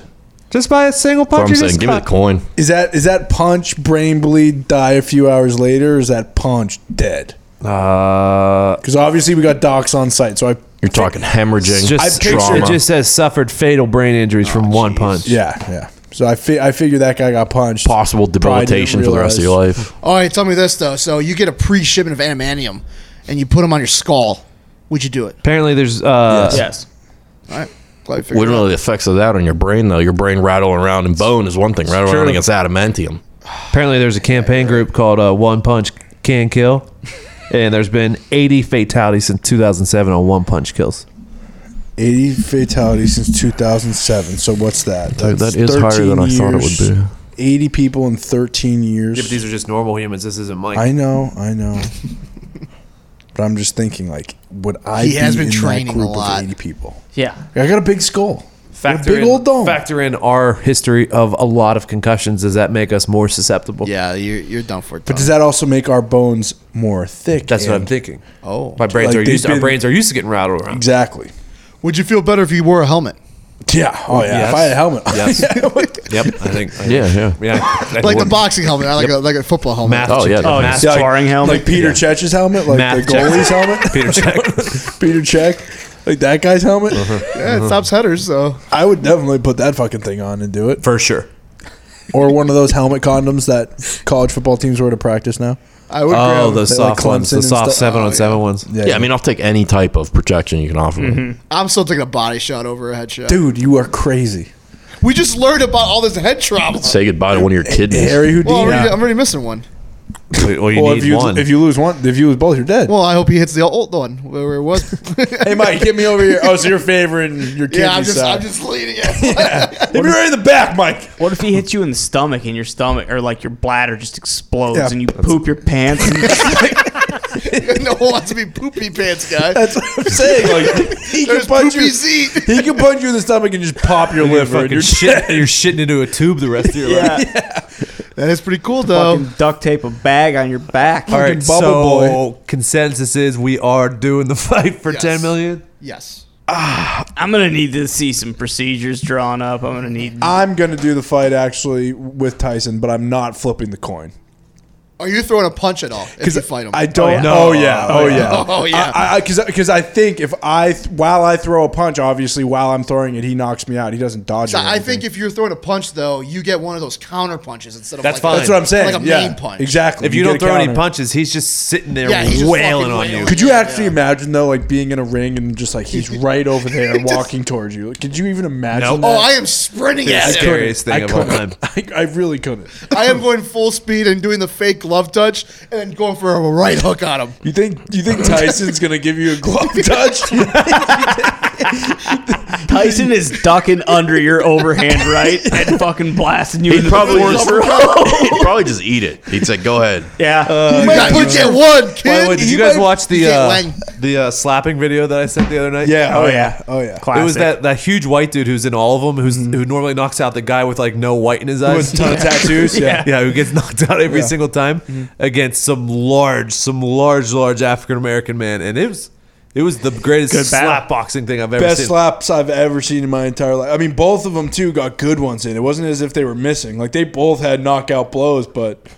just by a single
That's what
punch. he
I'm saying.
just
Give me the
got-
coin.
is that is that punch brain bleed die a few hours later? Or is that punch dead?
Uh,
Because obviously we got docs on site, so I
You're talking hemorrhaging,
it's just
picture-
trauma.
it just says suffered fatal brain injuries from one punch.
Oh, yeah yeah. So I fi- I figure that guy got punched.
possible debilitation for the rest of your life.
All right, tell me this though. So you get a pre-shipment of adamantium, and you put them on your skull. Would you do it?
Apparently, there's uh,
Yes.
All right, glad we figured
We
it
don't
out.
know the effects of that on your brain, though. Your brain rattling around in bone is one thing. Rattling
true.
around against adamantium.
apparently there's a campaign group called uh, One Punch Can Kill, and there's been 80 fatalities since 2007 on one punch kills.
80 fatalities since 2007. So what's that?
Dude,
That's
that is higher than I thought it would
13 years, 80 people in 13 years.
Yeah, but these are just normal humans. This isn't Mike.
I know, I know. but I'm just thinking, like, would I?
He
be
has been
in that
training a
group
lot.
Of 80 people.
Yeah.
I got a big skull.
factor
big
in,
old dome.
Factor in our history of a lot of concussions. Does that make us more susceptible?
Yeah, you're you're done for.
But
Oh.
does that also make our bones more thick?
that's what I'm
and-
thinking.
Oh.
my brains
Like,
are
they've
used. our
been-
brains are used to getting rattled around.
Exactly.
Would you feel better if you wore a helmet?
Yeah. Oh yeah.
Yes.
If I had a helmet.
Yes.
yeah.
Yep, I think. I,
Yeah, yeah.
yeah. I- I
Like the
wouldn't-
boxing helmet, not like a like a football helmet.
Math.
Oh, yeah.
Oh,
yeah.
yeah.
like-
sparring helmet.
Like Peter Cech's helmet, like
Math
the
check.
goalie's helmet,
Peter check.
Peter Cech, like that guy's helmet.
Uh-huh.
Yeah, it stops headers, so
I would definitely put that fucking thing on and do it.
for sure.
or one of those helmet condoms that college football teams wear to practice now.
I would.
Oh,
grab it.
the
like
soft ones,
Clemson
the
and
soft
stuff.
seven
Oh,
on
yeah.
seven ones.
Yeah, I mean, I'll take any type of projection you can offer me.
Mm-hmm.
I'm still taking a body shot over a head shot.
dude, you are crazy.
we just learned about all this head trauma.
Say goodbye to one of your kidneys.
Harry
Well,
Houdini.
I'm already, I'm already missing one.
Or you
Well,
need
if you
one.
if you lose one, if you lose both, you're dead.
Well, I hope he hits the old one where it was.
hey, Mike, get me over here. Oh, so you're favoring your kidney
yeah, I'm just,
side.
I'm just leading it.
Hit me right in the back, Mike.
What if he hits you in the stomach and your stomach or like your bladder just explodes
Yeah.
and you poop your pants? And
no one wants to be poopy pants guy.
That's what I'm saying. Like he can
There's
punch
poopy
you.
seat.
He can punch you in the stomach and just pop your liver. and
Fucking
You're
shit, you're shitting into a tube the rest of your life.
That is pretty cool
fucking
though.
duct tape a bag on your back.
All right,
Bubble
so consensus is we are doing the fight for
Yes.
10 million.
Yes.
I'm gonna need to see some procedures drawn up. I'm gonna need.
I'm gonna do the fight actually with Tyson, but I'm not flipping the coin.
Are you throwing a punch at all if you fight him?
I don't.
No.
Oh yeah. Oh yeah.
Oh, yeah.
I Because I, because I think if I th- while I throw a punch, obviously while I'm throwing it, he knocks me out. He doesn't dodge.
So
it or
I think
anything.
if you're throwing a punch though, you get one of those counter punches instead of
That's
like
fine.
A,
that's what I'm saying.
Like a
yeah,
main punch.
Exactly.
If you, don't
get a
throw any
counter.
punches, he's just sitting there
Yeah, he's just
wailing
fucking
on
wailing.
you.
Could you
Yeah,
actually
yeah.
imagine though, like being in a ring and just like he's right over there walking towards you? Like, Could you even imagine?
Nope.
that?
Oh, I am sprinting
It's
at
the
him.
scariest thing
I
of all time.
couldn't. I, I really couldn't.
I am going full speed and doing the fake glove touch and then going for a right hook on him.
You think you think Tyson's gonna give you a glove touch?
Tyson is ducking under your overhand right and fucking blasting you.
He'd
into
probably
the
just,
corner.
he'd probably just eat it. He'd say, "Go ahead."
yeah.
You might put you at one,
By
kid.
the way, did you
You
guys
might-
watch the
you can't
uh,
lang-
the uh, slapping video that I sent the other night?
yeah.
Oh, yeah.
Oh yeah. Mm.
Classic.
It was that, that huge white dude who's in all of them, who's who normally knocks out the guy with like no white in his eyes.
With a ton of tattoos. Yeah. Mm-hmm.
yeah, who gets knocked out every single time against some large, some large, large African American man, and it was it was the greatest
Good battle.
slap boxing thing I've ever
Best
seen.
slaps I've ever seen in my entire life. I mean, both of them too got good ones in. It wasn't as if they were missing. Like they both had knockout blows, but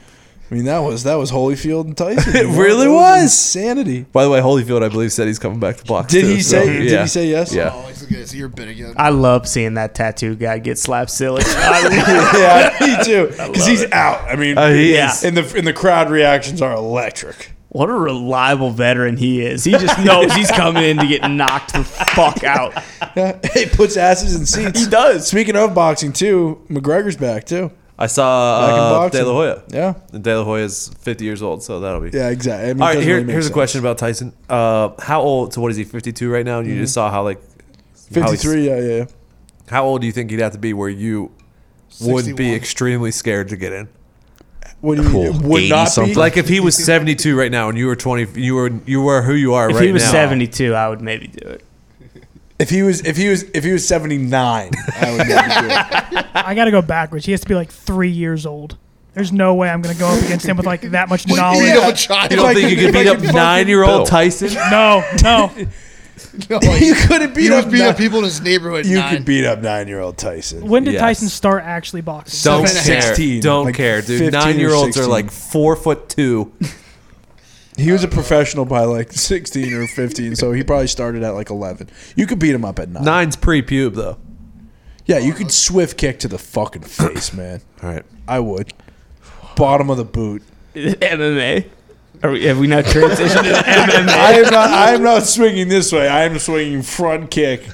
I mean that was that was Holyfield and Tyson.
It really
That
was.
insanity.
By the way, Holyfield, I believe, said he's coming back to box.
Did
too,
he
so,
say? Did
yeah.
he say yes?
Yeah.
Oh, it's okay. So you're bit again.
I love seeing that tattoo guy get slapped silly. I really-
yeah, me too. Because he's out. I mean,
Uh, he
Yeah.
is.
and the and the crowd reactions are electric.
what a reliable veteran he is. He just knows he's coming in to get knocked the fuck out.
he puts asses in seats.
He does.
Speaking of boxing too, McGregor's back too.
I
Back in
saw uh,
boxing.
De La Hoya.
Yeah.
And De La Hoya's 50 years old, so that'll be.
Yeah, exactly. I mean, it
All right,
doesn't
here,
really make
here's a
sense.
question about Tyson. Uh, how old? So what is he? 52 right now, and you just saw how like how he's-
53, yeah, Mm-hmm. yeah. yeah.
How old do you think you'd have to be where you would
61.
be extremely scared to get in?
What do you
Cool.
would
80
not be?
something.
Like if he was 72 right now and you were 20, you were you were who you are
If
right
he was
now.
72, I would maybe do it.
if he was if he was if he was 79, I would maybe do it.
I got to go backwards. He has to be like three years old. There's no way I'm going to go up against him with like that much knowledge.
Beat up a child.
You don't think you could
Oh, If I
beat up
could fucking-
nine year
Bill.
old Tyson?
No, no.
you couldn't beat
you
up
don't beat up
nine-
people in his neighborhood.
You
nine.
could beat up 9-year-old Tyson.
When did
Yes.
Tyson start actually boxing?
Don't
Seven and a
care.
half.
16,
Don't
like
care, dude.
15 or
Nine year olds are
16.
like four foot two.
He was a professional by like 16 or 15, so he probably started at like 11. You could beat him up at 9.
Nine's pre pube though.
Yeah, you could swift kick to the fucking face, man.
All right.
I would. Bottom of the boot.
MMA. Are we, have we now transitioned to MMA?
I am not. I am not swinging this way. I am swinging front kick.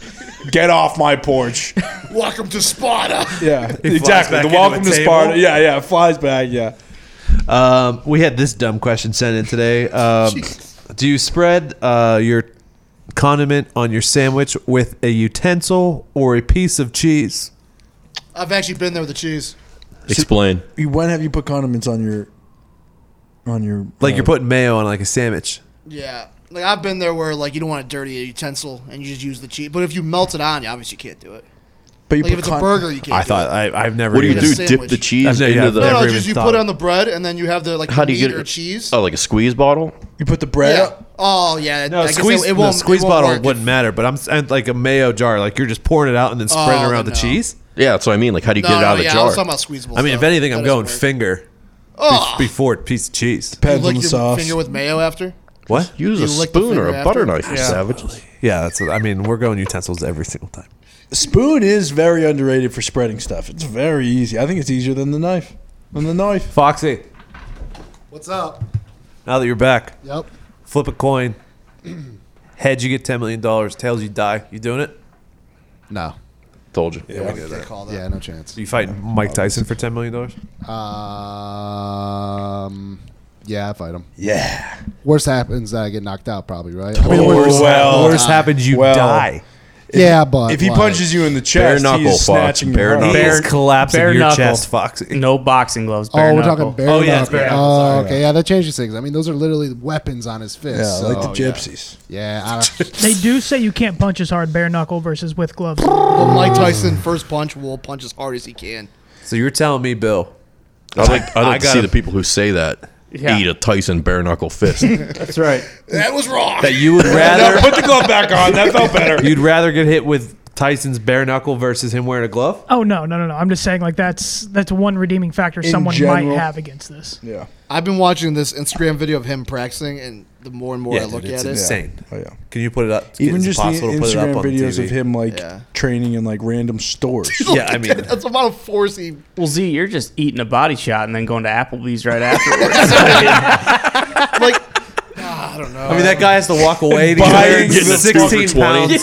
Get off my porch.
Welcome to Sparta.
Yeah,
flies
exactly.
back
The
into
welcome
a
to
table.
Sparta. Yeah, yeah. Flies back. Yeah.
Um, we had this dumb question sent in today. Um, do you spread uh, your condiment on your sandwich with a utensil or a piece of cheese?
I've actually been there with the cheese.
Explain.
You- When have you put condiments on your? On your
Like
uh,
you're putting mayo on like a sandwich.
Yeah. Like I've been there where like you don't want to dirty a utensil and you just use the cheese. But if you melt it on, you obviously can't do it.
but you
Like
put
if it's a
con-
burger, you can't.
I
do
thought
it.
I, I've never.
What do you
even-
do?
a
Dip the
sandwich.
cheese
I've-
into
yeah, I've
the.
never
No, no,
even
just you
thought
put it
of
on the bread and then you have the like
How do
meat
you get
or
it?
cheese.
Oh, like a squeeze bottle.
You put the bread.
yeah.
up?
Oh yeah.
No,
I guess
squeeze,
it, it won't,
the squeeze
it won't
bottle
work.
wouldn't matter, but I'm saying like a mayo jar. Like you're just pouring it out and then spreading
Oh,
around the
no.
cheese.
Yeah, that's what I mean. Like, how do you
No,
get it
no,
out of the
yeah, I
jar?
was talking about squeezable.
I mean, if
stuff.
anything, I'm
That doesn't
going
work.
finger
Oh,
before piece of cheese.
you
Depends on
lick
the
your
sauce.
finger with mayo after.
What?
Use
You
a
lick the
spoon or
finger
a
after?
butter knife, you savages.
Yeah, that's. What, I mean, we're going utensils every single time.
Spoon is very underrated for spreading stuff. It's very easy. I think it's easier than the knife. Than the knife.
Foxy,
What's up?
now that you're back,
Yep.
flip a coin. Heads, you get ten million dollars. Tails, you die. You doing it?
No.
Told you.
They call that.
Yeah, no chance.
You fighting Mike Tyson for ten million dollars?
Um, Yeah, I fight him.
Yeah.
Uh, Worst happens that I get knocked out, probably, right? I mean,
Or Oh, well,
Worst happens, you
Well,
die.
yeah, but.
if he
like,
punches you in the
Bare
chest,
knuckle,
he's
Fox.
snatching
Bare
your
knuckle.
heart.
Bare-
Bear collapsing
bare
your
knuckle.
chest, Foxy.
No boxing gloves.
Oh,
bare
we're
knuckle.
talking bare
Oh, yeah, it's
knuckle.
bare knuckle,
Oh, okay. Yeah, that changes things. I mean, those are literally weapons on his fist.
Oh, Yeah,
so,
like the gypsies.
Yeah, I don't,
They do say you can't punch as hard bare knuckle versus with gloves.
But Mike Tyson, first punch, will punch as hard as he can.
So you're telling me, Bill,
I'd like, I'd
I
like to
gotta-
see the people who say that
Yeah.
eat a Tyson bare knuckle fist.
That's right.
That was wrong.
that you would rather
Put the glove back on. That felt better.
you'd rather get hit with Tyson's bare knuckle versus him wearing a glove?
Oh no, no, no, no! I'm just saying like that's that's one redeeming factor someone
general-
might have against this.
Yeah.
I've been watching this Instagram video of him practicing, and the more and more I
dude,
look
it's
at it,
insane.
Oh, yeah.
Can you put it up? It's
Even just the
impossible to put it up
Instagram
on
videos
TV.
of him like
Yeah.
training in like random stores.
Yeah, I mean,
that's the amount of force he.
Well, Z, you're just eating a body shot and then going to Applebee's right afterwards.
Like, ah, I don't know.
I mean that guy has to walk away. to
Buying
get
the
16 pounds.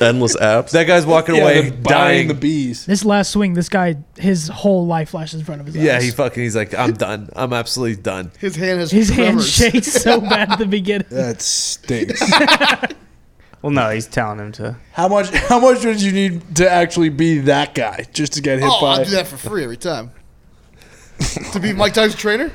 Endless apps.
That guy's walking
Yeah, the
away
buying
dying.
the bees.
This last swing, this guy, his whole life flashes in front of his eyes.
yeah, he fucking. He's like, I'm done. I'm absolutely done.
His hand has
his hand
tremors.
shakes so bad at the beginning.
That stinks.
well, no, he's telling him to.
how much? How much would you need to actually be that guy just to get hit
Oh,
by?
I do that for free every time. to be Mike Tyson's trainer,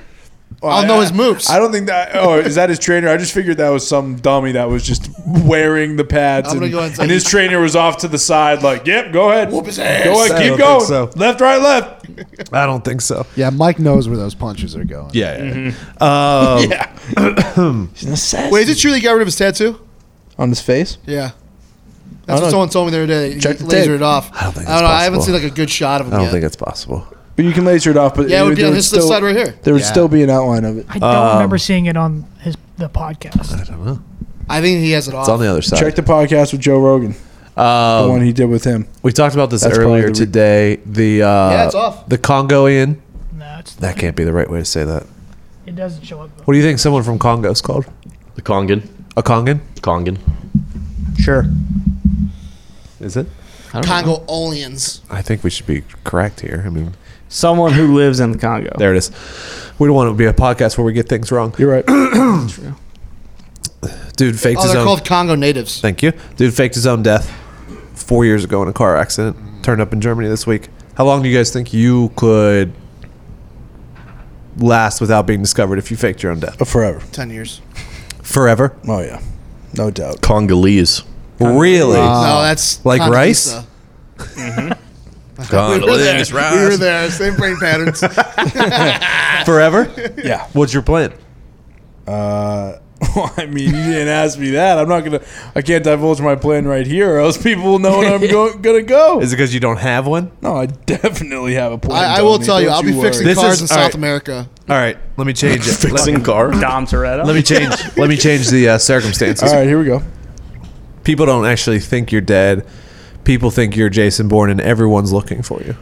Well,
I'll
I-
know his moves.
I don't think that. Oh, is that his trainer? I just figured that was some dummy that was just wearing the pads,
I'm
and,
gonna go inside.
and his trainer was off to the side, like, "Yep, go ahead,
Whoop his ass."
go
I
ahead, keep
don't
going,
think
left, right, left."
I don't think so.
yeah, Mike knows where those punches are going.
Yeah.
Mm-hmm.
Um,
yeah, Mm-hmm.
Wait, is it true they got rid of his tattoo?
on his face.
Yeah. That's
know.
what someone told me the other day.
Check the
he lasered
tape.
it off. I
don't think
I don't know.
it's
I haven't seen
possible.
like a good shot of him
I don't
yet.
think it's possible.
But you can laser it off. But
yeah, it would be
there
on his
still-
side right here.
There would
Yeah.
still be an outline of it.
I don't
Um,
remember seeing it on his the podcast.
I think he has it off.
It's on the other side.
Check the Um, podcast with Joe Rogan, the one he did with him.
We talked about this
That's probably
earlier
the re-
today. The uh,
Yeah, it's off.
The Congoian.
No, it's
That can't be the right way to say that.
it doesn't show up.
What do you think someone from Congo's called?
The Kongan.
A Congan?
Kongan.
Sure.
Is it?
Congo Olians.
I think we should be correct here. I mean,
Someone who lives in the Congo.
there it is. We don't want to be a podcast where we get things wrong.
You're right.
Dude faked
Oh,
his
they're
own.
called Congo natives.
Thank you. Dude faked his own death four years ago in a car accident. Turned up in Germany this week. How long do you guys think you could last without being discovered if you faked your own death?
Forever.
Ten years.
Forever?
Oh yeah, no doubt.
Congolese.
Really?
no, that's
Like rice? Mm-hmm.
Conchita. We were there.
Congolese
We were
rice.
there. Same brain patterns.
Forever?
Yeah.
What's your plan?
Uh, I mean, you didn't ask me that. I'm not gonna. I can't divulge my plan right here, or else people will know where I'm go- gonna go.
Is it because you don't have one?
No, I definitely have a plan.
I, I will
Tony.
tell you,
Don't
I'll be
worry.
fixing
This
cars
is-
in
all
South
right.
America.
All right, let me change it.
Fixing car.
Dom Toretto.
Let me change. let me change the uh, circumstances.
All right, here we go.
People don't actually think you're dead. People think you're Jason Bourne, and everyone's looking for you.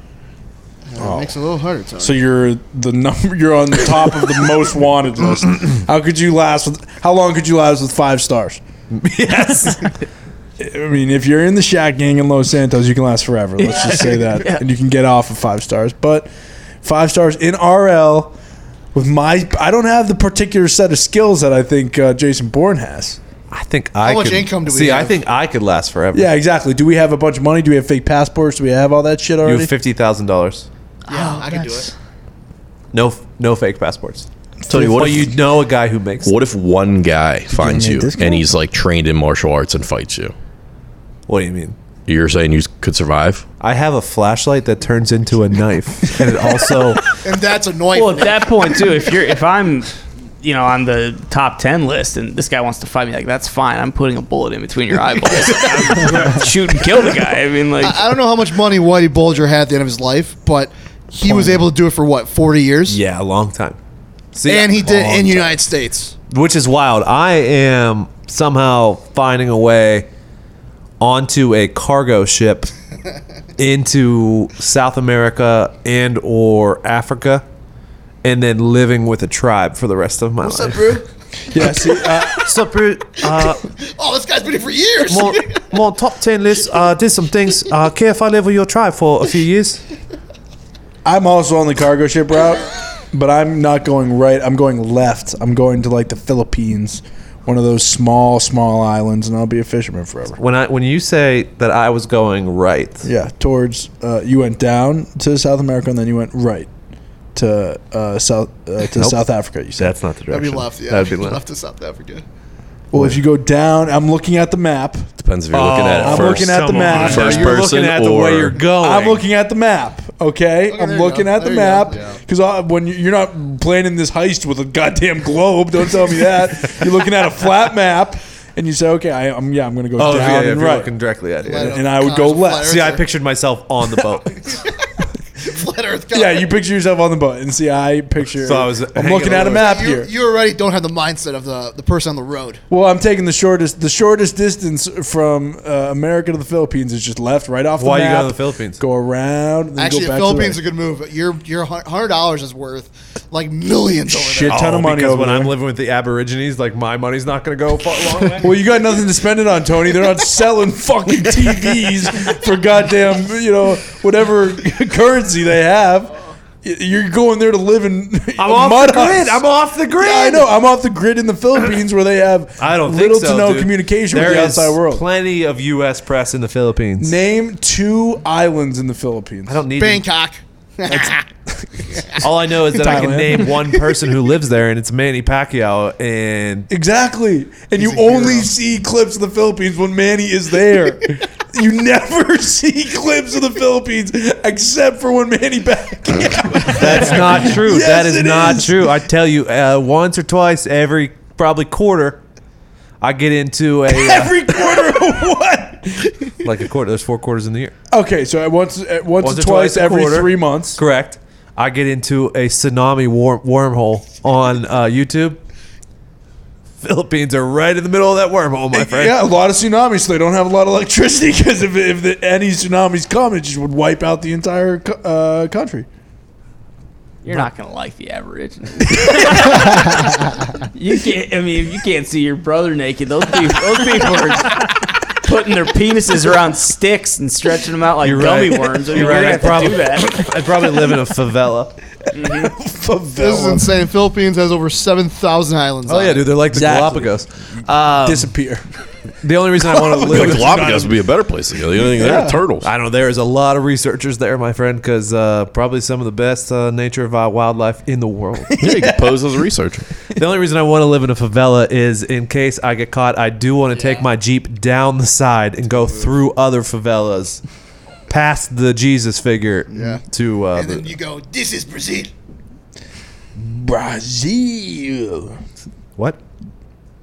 It makes it a little harder. Tony.
So you're the number. You're on the top of the most wanted list. How could you last with? How long could you last with five stars?
Yes.
I mean, if you're in the Shack Gang in Los Santos, you can last forever. Let's just say that, and you can get off of five stars. But five stars in RL with my, I don't have the particular set of skills that I think uh, Jason Bourne has.
I think I.
much
could,
income do we
see? I
have?
think I could last forever.
Yeah, exactly. Do we have a bunch of money? Do we have fake passports? Do we have all that shit
You
already?
have fifty thousand dollars.
yeah, I can do
that's-
it.
No, f- no fake passports.
Tony, what
But
if,
you know a guy who makes. What,
what if one guy finds
me a
you
discount?
and he's like trained in martial arts and fights you?
do you mean?
You're saying you could survive?
I have a flashlight that turns into a knife, and it also.
And that's annoying.
Well, at that point too, if you're if I'm, you know, on the top ten list, and this guy wants to fight me, like that's fine. I'm putting a bullet in between your eyeballs. I'm shoot and kill the guy. I mean, like
I don't know how much money Whitey Bulger had at the end of his life, but he was able to do it for what forty years.
yeah, a long time. See,
and he did it
long
in
time.
the United States.
which is wild. I am somehow finding a way onto a cargo ship into South America and or Africa, and then living with a tribe for the rest of my
What's up,
life.
bro?
yeah, see, uh,
What's up, bro? Uh,
Oh, this guy's been here for years.
more, more top ten list. Uh, did some things. Uh, care if I live with your tribe for a few years?
I'm also on the cargo ship route. but I'm not going right. I'm going left. I'm going to like the Philippines, one of those small, small islands, and I'll be a fisherman forever.
When I when you say that I was going right,
Yeah, towards uh, you went down to South America and then you went right to uh, South uh, to
Nope.
South Africa. You said.
that's not the
That'd
direction.
be left. Yeah,
That'd be left.
to South Africa.
well, if you go down, I'm looking at the map.
Depends if you're looking at it
I'm
first.
looking at the
Come
map.
on.
First
you're
person
looking at the way
or-
you're going.
I'm looking at the map. Okay,
Okay, there
I'm
you
looking
go.
at the
There you
map
go. Yeah.
because when you- you're not planning this heist with a goddamn globe, don't tell me that. you're looking at a flat map, and you say, "Okay, I, I'm yeah, I'm going to go
Oh,
down
yeah, yeah, if
and
you're
right."
looking directly at it.
Flat
yeah.
Earth
And I would
Connors,
go left.
Flat
See, I
Earth-
pictured myself on the boat.
Flat Earth.
yeah,
Connors.
you picture yourself on the boat, and see, I picture.
So I was
I'm
hanging
looking at a
loose.
map
you,
here.
you already don't have the mindset of the, the person on the road.
Well, I'm taking the shortest the shortest distance from uh, America to the Philippines is just left, right off the
Why you
map.
go to the Philippines?
Go around. Then
Actually,
go
the
back
Philippines
to
are a good move. Your your hun- hundred dollars is worth like millions over
Shit.
there.
Ton of money
Oh, because
over
when
there.
I'm living with the Aborigines, like my money's not going to go far long way.
the- well, you got nothing to spend it on, Tony. They're not selling fucking TVs for goddamn you know whatever currency they have. Y- You're going there to live in
I'm off
mud
the grid.
huts.
I'm off the grid.
Yeah, I know. I'm off the grid in the Philippines where they have
I don't
little
think so,
to no
dude.
communication
There
with the
is
outside world.
Plenty of U.S. press in the Philippines.
Name two islands in the Philippines.
I don't need.
Bangkok.
to- All I know is that I can
Thailand.
name one person who lives there, and it's Manny Pacquiao. And
Exactly. And you
a
only
hero.
see clips of the Philippines when Manny is there. you never see clips of the Philippines except for when Manny back.
that's not true.
Yes,
that is
it
not
is.
true. I tell you, uh, once or twice every probably quarter, I get into a uh,
Every quarter of what?
like a quarter. There's four quarters in the year.
Okay, so at once at once,
Once
or
or
twice,
twice a
every
quarter.
three months.
Correct. I get into a tsunami wor- wormhole on uh, YouTube. Philippines are right in the middle of that wormhole, my friend.
Yeah, a lot of tsunamis, so they don't have a lot of electricity because if, if the, any tsunamis come, it just would wipe out the entire co- uh, country.
You're not gonna like the Aborigines. you can't. I mean, if you can't see your brother naked, those people, those people are putting their penises around sticks and stretching them out like
You're
gummy
right.
worms. I mean,
You're
you're
right. I
gonna have to do
probably,
that.
I probably live in a favela.
This is
Favela.
insane. Philippines has over seven thousand islands.
Oh
on
yeah,
it.
dude, they're like the
Exactly.
Galapagos. Um,
Disappear.
the only reason I want to
Like
live,
Galapagos would be a better place to go. The only thing there are turtles.
I don't know. There is a lot of researchers there, my friend, because uh, probably some of the best uh, nature of uh, wildlife in the world.
Yeah, you could pose as a researcher.
the only reason I want to live in a favela is in case I get caught. I do want to take my jeep down the side and go through other favelas, past the Jesus figure.
Yeah.
To uh,
And then
the-
you go. This is Brazil.
Brazil.
what?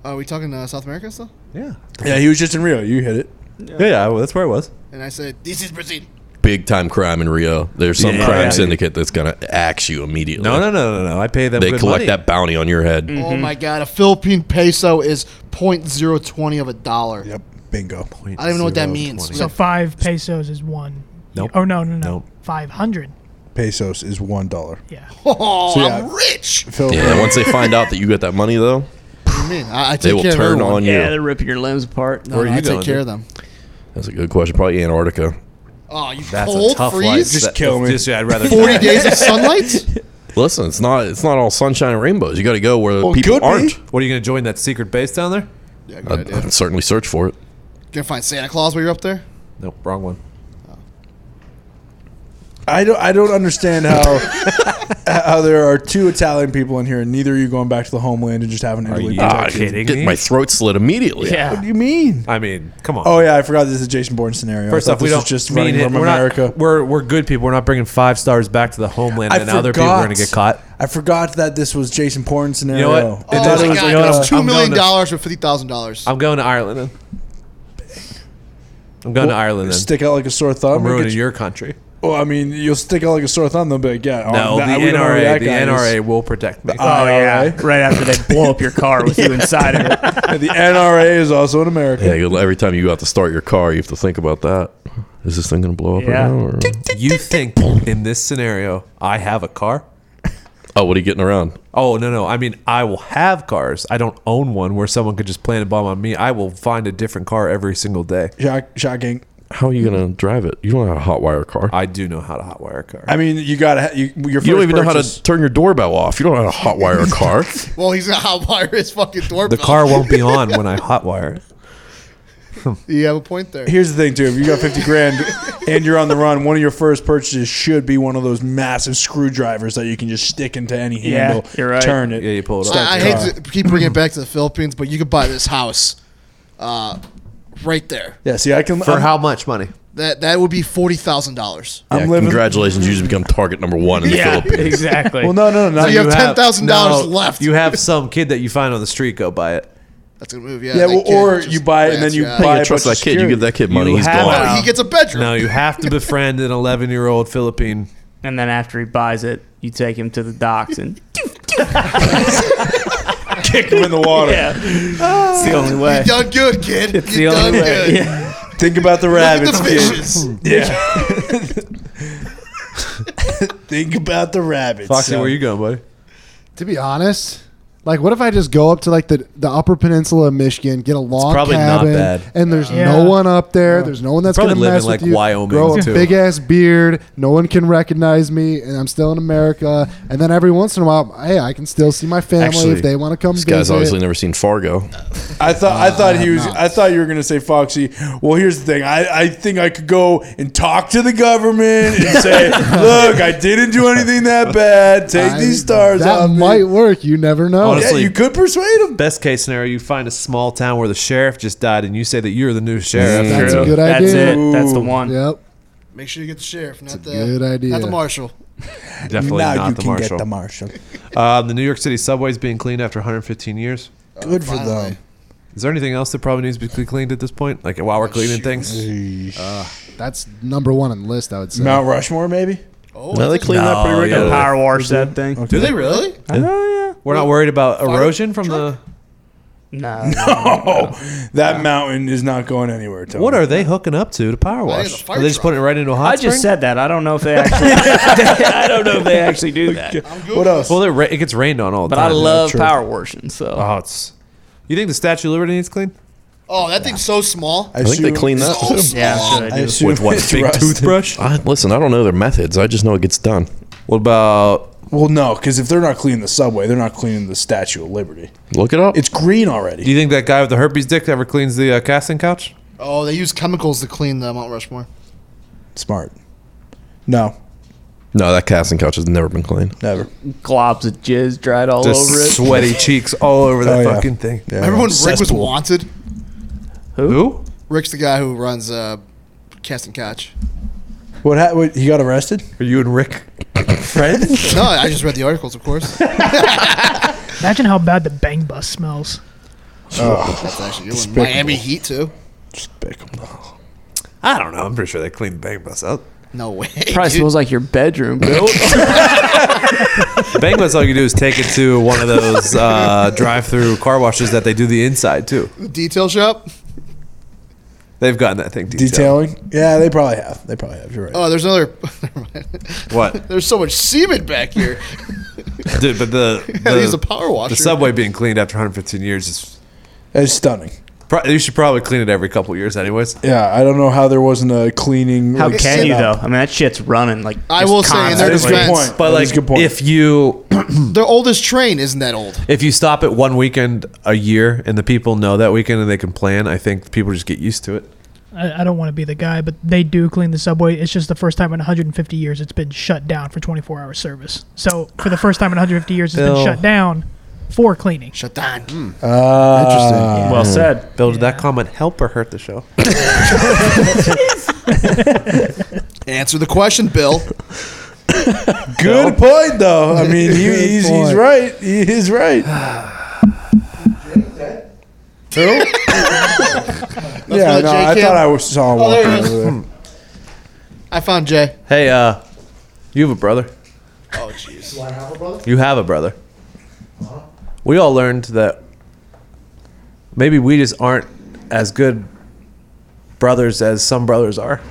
Are we talking uh, South America still?
Yeah.
Yeah, he was just in Rio. You hit it.
Yeah. yeah well, that's where I was.
And I said, "This is Brazil."
Big time crime in Rio. There's some
Yeah.
crime
Yeah.
syndicate that's gonna axe you immediately.
No, no, no, no, no. I pay them.
They
good
collect
money.
that bounty on your head.
Mm-hmm.
Oh my God! A Philippine peso is .020 of a dollar.
Yep. Bingo.
I don't even know what that means.
0.020.
We
So
have
five pesos is one.
Nope.
Oh no no no.
Nope.
Five hundred.
Pesos is one dollar.
Yeah.
Oh,
So,
I'm
yeah.
rich.
Yeah, once they find out that you got that money, though,
What do you mean? I, I take
they will
care of
turn
everyone.
on
Yeah,
you.
they're ripping your limbs apart.
No, no, I
you
take
going,
care of
dude?
them.
That's a good question. Probably Antarctica.
Oh, you
That's
cold
a tough life.
freeze.
Just kill me.
Just, yeah, I'd rather.
Forty days of sunlight.
Listen, it's not it's not all sunshine and rainbows. You got to go where
Well,
people
could be.
aren't.
What are you going to join that secret base down there?
Yeah,
I'd,
good idea.
I'd certainly search for it.
Gonna find Santa Claus while you're up there.
Nope, wrong one.
I don't. I don't understand how how there are two Italian people in here, and neither are you going back to the homeland and just having an Italy.
you
project.
Are kidding
Ah, Get
me?
my throat slit immediately.
What do you mean?
I mean, come on.
Oh yeah, I forgot this is a Jason Bourne scenario. I
First
thought
off, we
this
don't
was just
mean
running
it.
from
we're
America.
Not, we're we're good people. We're not bringing five stars back to the homeland,
I
and other people are going to
forgot.
get caught.
I forgot that this was Jason Bourne
You
scenario.
know what?
I
It
thought
doesn't-
it was
you
God,
know what?
it's
I'm-
two
I'm
million
going to-
dollars for fifty thousand dollars.
I'm going to Ireland. Then. I'm going to Ireland. Then.
Stick out like a sore thumb.
I'm
or
ruining
get you-
your country.
well, I mean, you'll stick out like a sore thumb. They'll be like, yeah.
No,
oh, that-
the
we don't know where
NRA,
that
the
guy is.
NRA will protect
Uh,
me.
Oh yeah,
IRA.
right after they blow up your car with you inside of it.
And Oh, the NRA is also in America.
Yeah, you'll- every time you go out to start your car, you have to think about that. Is this thing going to blow up
Yeah.
right now? Or?
you think in this scenario I have a car?
Oh, what are you getting around?
Oh no no! I mean, I will have cars. I don't own one where someone could just plant a bomb on me. I will find a different car every single day.
Shock, shocking.
How are you gonna drive it? You don't know how to hot wire a car.
I do know how to hotwire a car.
I mean, you got to. You, your
you don't
first
even know how
purchase-
to turn your doorbell off. You don't know how to hot wire a car.
Well, he's gonna hotwire his fucking doorbell.
the car won't be on when I hotwire. it.
You have a point there.
Here's the thing, too. If you got 50 grand and you're on the run, one of your first purchases should be one of those massive screwdrivers that you can just stick into any
Yeah,
handle,
you're right.
turn it.
Yeah, you pull it up.
Start
I, I
the car.
hate to keep bringing it back to the Philippines, but you could buy this house, uh, right there.
Yeah, see, I can.
For
I'm,
how much money?
That that would be forty thousand dollars.
Yeah,
I'm living.
Congratulations, you just become target number one in the
Yeah,
Philippines.
exactly.
Well, no, no, no. Not
you have $10,000
no,
left.
You have some kid that you find on the street go buy it.
That's gonna move. Yeah,
Yeah,
that
well,
kid
or
just
you buy it and then you
rats
buy
you out.
You
a
trust
bunch
that
of
kid. You give that kid money,
You
he's
have
gone.
Oh,
a-
He gets a bedroom.
No, you have to befriend an 11 year old Philippine.
and then after he buys it, you take him to the docks and
kick him in the water.
yeah,
Ah.
it's the only way.
You done good, kid.
It's the
you done
only way.
good.
Yeah.
Think about the
Look at
rabbits,
the
kid.
fishes.
Yeah. Think about the rabbits.
Foxy,
son.
where you going, buddy?
To be honest, like what if I just go up to like the, the Upper Peninsula of Michigan, get a log
probably not
cabin,
bad.
and there's
Yeah.
no one up there. There's no one that's
Probably
gonna
live
mess
in,
with
like,
you.
Wyoming,
grow a
too.
big ass beard. No one can recognize me, and I'm still in America. And then every once in a while, hey, I can still see my family
Actually,
if they want to come
This guy's
visit.
obviously never seen Fargo.
I thought I thought he was I thought you were gonna say Foxy. Well, here's the thing. I, I think I could go and talk to the government and say, look, I didn't do anything that bad. Take
I-
these stars
That
off me."
might work. You never know.
Honestly,
oh, Yeah, you could persuade him.
Best case scenario, you find a small town where the sheriff just died and you say that you're the new sheriff.
That's
True.
a good
That's
idea.
it. That's the one.
Yep.
Make sure you get the sheriff, not the
good idea.
not the marshal.
Definitely
now
not
you
the
can
marshal.
get the marshal.
um, the New York City subway's being cleaned after 115 years.
Good for
finally.
them.
Is there anything else that probably needs to be cleaned at this point? Like while we're cleaning things? Uh,
That's number one on the list. I would say.
Mount Rushmore, maybe.
Oh,
No, they cleaned that pretty
No,
regularly.
yeah.
Power wash that thing.
do they really?
Oh, We're not worried about erosion from the.
No.
Oh, that mountain is not going anywhere. Tony.
What are they hooking up to to power
think
wash?
it's a
Are they just
fire
putting it right into a hot
I just
spring?
said that. I don't know if they actually. I don't know if they actually do that.
What else?
Well, they're ra- it gets rained on all the
But I
time.
love
true.
power washing. So
Oh, it's. You think the Statue of Liberty needs clean?
Oh, that thing's so small.
I think they
assume-
cleaned that.
So
too.
small.
yeah, I'm sure they
I
do.
assume
With what,
it's
big
rust.
Toothbrush.
I, listen, I don't know their methods. I just know it gets done.
What about?
Well, no, because if they're not cleaning the subway, they're not cleaning the Statue of Liberty.
Look it up.
It's green
Do
already.
you think that guy with the herpes dick ever cleans the uh, casting couch?
Oh, they use chemicals to clean the Mount Rushmore.
Smart. No,
no, that casting couch has never been cleaned.
never.
globs of jizz dried all
Just
over it.
sweaty cheeks all over that
Oh, yeah.
fucking thing.
Yeah.
Remember when Rick was
Cesspool.
wanted?
Who?
Rick's the guy who runs uh, Cast and Catch.
What, ha- what? He got arrested?
Are you and Rick?
Friends?
No, I just read the articles, of course.
Imagine how bad the bang bus smells.
That's actually good one.
Despicable.
Miami Heat too.
I don't know. I'm pretty sure they cleaned the bang bus out.
No way.
Probably
dude.
smells like your bedroom, Bill.
bang bus, all you do is take it to one of those uh, drive-through car washes that they do the inside too.
Detail shop.
They've gotten that thing detailed.
Detailing? Yeah, they probably have. They probably have. You're right.
Oh, there's another. never mind.
What,
There's so much semen back here.
dude? But the
I use a
the,
power washer.
the subway being cleaned after 115 years is.
That's stunning.
Pro- you should probably clean it every couple years, anyways.
Yeah, I don't know how there wasn't a cleaning.
How
like,
can
set
you though?
up.
I mean, that shit's running like.
I
just
will say, in their
That is a good
defense,
point.
But
That is
like,
a good point.
if you
their oldest train isn't that old.
if you stop at one weekend a year and the people know that weekend and they can plan, I think people just get used to it.
I, I don't want to be the guy, but they do clean the subway. It's just the first time in 150 years it's been shut down for 24 hour service. So for the first time in 150 years, it's
Bill.
been shut down for cleaning.
Shut down.
Hmm. Ah.
Well said.
Bill, did that comment help or hurt the show?
Answer the question, Bill.
Good point, though. I mean, he, he's, he's right. He is right. Who? yeah,
another
no,
J
I
cam.
thought I was- saw Hmm. him
Oh, there
walking
it is.
over there.
I found Jay.
Hey, uh, you have a brother.
Oh, jeez.
You have a brother. We all learned that maybe we just aren't as good brothers as some brothers are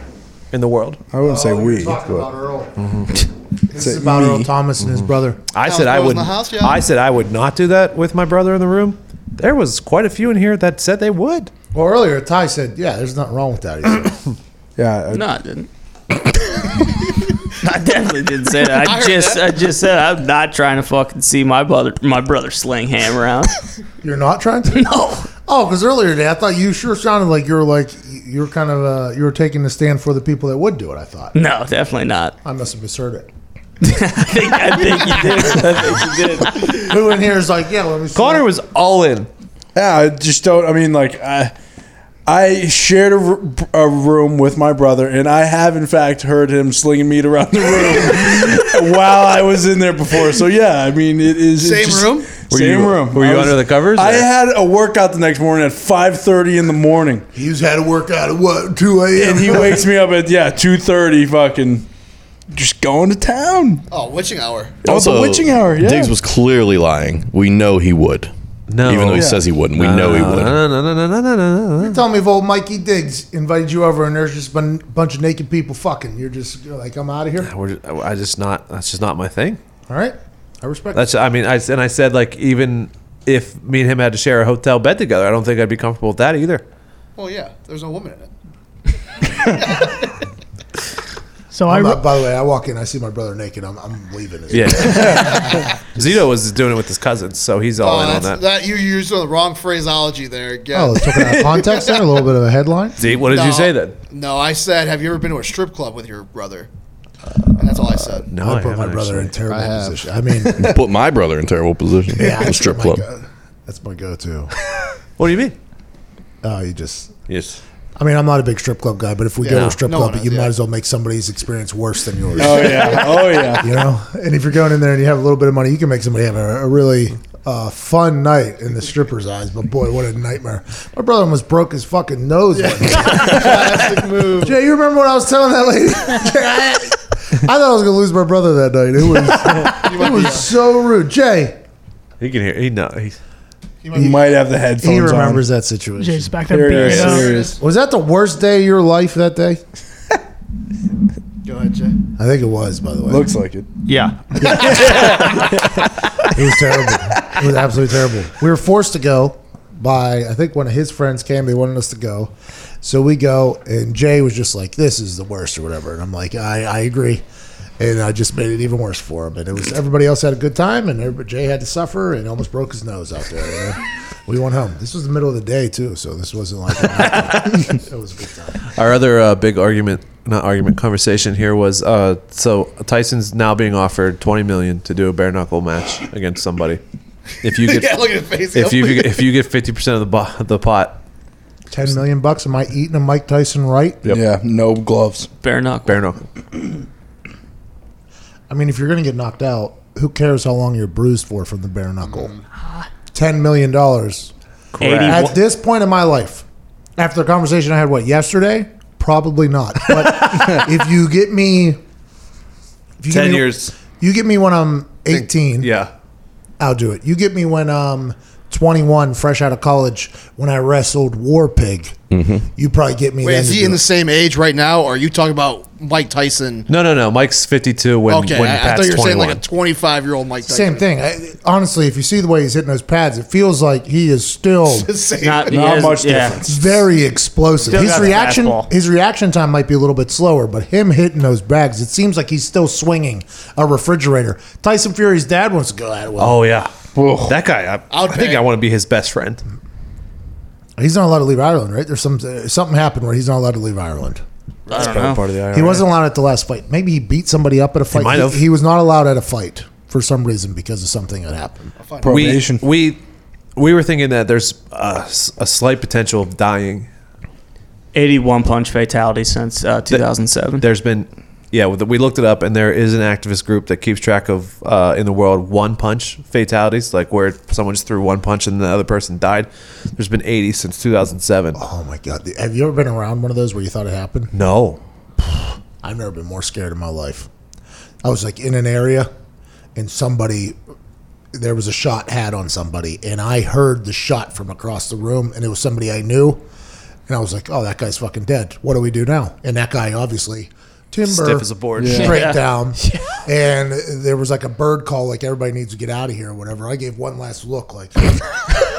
in the world.
I wouldn't say we.
talking
but- Mm-hmm.
about Earl. This
Say
is about
me. Mm-hmm.
Earl Thomas and his brother.
I
Sounds
said I
goes in
would.
the house, yeah.
I said I would not do that with my brother in the room. There was quite a few in here that said they would.
Well, earlier Ty said, "Yeah, there's nothing wrong with that." He said.
Yeah.
No, I didn't. I definitely didn't say that. I, just, I just said I'm not trying to fucking see my brother, my brother sling ham around.
You're not trying to?
No.
Oh, because earlier today I thought you sure sounded like you were like you were kind of uh, you were taking a stand for the people that would do it. I thought
No, definitely not.
I must have misheard it.
I think, I think you did. I think you did.
Who in here is like, yeah, let me. see
Connor was all in.
Yeah, I just don't. I mean, like, I, I shared a, r- a room with my brother, and I have, in fact, heard him slinging meat around the room while I was in there before. So, yeah, I mean, it is. it's
Same room?
Were
same
you-
room.
were you
I was-
under the covers,
I
or-
had a workout the next morning at 5.30 in the morning,
He's had to work out at what two a.m.
and he wakes me up at, yeah, 2.30 fucking just going to town.
Oh, witching hour.
Also, the witching hour, yeah.
Diggs was clearly lying. We know he would.
No.
Even though he
Yeah.
says he wouldn't, we know he would.
No, no, no, no, no, no, no, no.
Tell me if old Mikey Diggs invited you over and there's just a bun- bunch of naked people fucking. You're just you're like, I'm out of here.
We're just, I just not. That's just not my thing.
All right, I respect.
That's. I mean, I s- and I said like even if me and him had to share a hotel bed together, I don't think I'd be comfortable with that either.
Well, Oh, yeah. There's no woman in it.
So I,
I'm
re-
not- by the way, I walk in, I see my brother naked. I'm, I'm leaving. This
Yeah. Zito was doing it with his cousins, so he's all
Oh,
in on
that's,
that.
that. you used the wrong phraseology there. Again.
Oh, took it out of context there. A little bit of a headline.
Z, what did
No.
you say then?
No, I said, have you ever been to a strip club with your brother? And that's all I said.
Uh, No,
I put my
haven't
brother in
actually.
terrible
I have.
position. I mean,
Put my brother in terrible position.
yeah,
The
that's
strip
my
club.
go- that's my go-to.
What do you mean?
Oh, you just.
Yes.
I mean, I'm not a big strip club guy, but if we go to
No.
a strip
No
club,
one
you
is,
might
yeah.
as well make somebody's experience worse than yours.
Oh, yeah. Oh, yeah.
You know, and if you're going in there and you have a little bit of money, you can make somebody have a, a really uh, fun night in the stripper's eyes. But boy, what a nightmare! My brother almost broke his fucking nose. one day.
Classic move.
Jay, you remember what I was telling that lady? Jay, I, I thought I was gonna lose my brother that night. It was it was so rude. Jay,
He can hear. He know. He's,
He might have the headphones
he remembers that situation.
Jay's back
on.
there
Here it
beating
is.
it
Here
up.
it is.
Was that the worst day of your life that day?
Go ahead, Jay.
I think it was. By the way,
Looks like it.
Yeah.
It was terrible. it was absolutely terrible. We were forced to go by, I think one of his friends came. They wanted us to go. So we go, and Jay was just like, this is the worst or whatever. And I'm like, I, I agree. And I just made it even worse for him. And it was everybody else had a good time, and everybody, Jay had to suffer and almost broke his nose out there. you know? We went home. This was the middle of the day, too. So this wasn't like it was a good time.
Our other uh, big argument, not argument, conversation here was uh, so Tyson's now being offered twenty million to do a bare knuckle match against somebody. If you get,
Yeah, look at his face.
if you if you get fifty percent of the bo- the pot,
10 million bucks. Am I eating a Mike Tyson right?
Yep.
Yeah, no gloves.
Bare knuckle.
bare knuckle.
I mean, if you're going to get knocked out, who cares how long you're bruised for from the bare knuckle?
Mm-hmm.
$10 million. At this point in my life, after the conversation I had, what, yesterday? Probably not. But if you get me. If you get
Ten
me-
years.
You get me when I'm 18.
Yeah.
I'll do it. You get me when um 21, fresh out of college, when I wrestled War Pig.
Mm-hmm.
You probably get me
Wait,
then.
is
to
he
do
in
it.
the same age right now, or are you talking about Mike Tyson?
No, no, no. Mike's fifty-two when
okay,
when
I, I
Pat's
thought you were saying
twenty-one.
like a 25 year old Mike Tyson.
Same thing. I, honestly, if you see the way he's hitting those pads, it feels like he is still
Same.
Not, he
Not
has-
much
yeah.
difference.
very explosive.
Still
his
got the
reaction,
fastball.
his reaction time might be a little bit slower, but him hitting those bags, it seems like he's still swinging a refrigerator. Tyson Fury's dad wants to go at it. Well,
Oh yeah. That guy. I,
I'll
I think
pay.
I want to be his best friend.
he's not allowed to leave Ireland, right? There's some uh, something happened where he's not allowed to leave Ireland.
I don't know.
of the IRA.
He wasn't allowed at the last fight. Maybe he beat somebody up at a fight.
might have.
He, he was not allowed at a fight for some reason because of something that happened.
we,
Probation.
we we were thinking that there's a, s- a slight potential of dying.
81 punch fatality since uh, 2007.
There's been yeah, with the- we looked it up, and there is an activist group that keeps track of uh, in the world one punch fatalities, like where someone just threw one punch and the other person died. There's been 80 since 2007.
Oh my god! Have you ever been around one of those where you thought it happened?
No,
I've never been more scared in my life. I was like in an area and somebody there was a shot had on somebody and I heard the shot from across the room and it was somebody I knew and I was like, "Oh, that guy's fucking dead. What do we do now?" And that guy obviously timber
Stiff as a board.
straight
Yeah.
down and there was like a bird call like everybody needs to get out of here or whatever i gave one last look like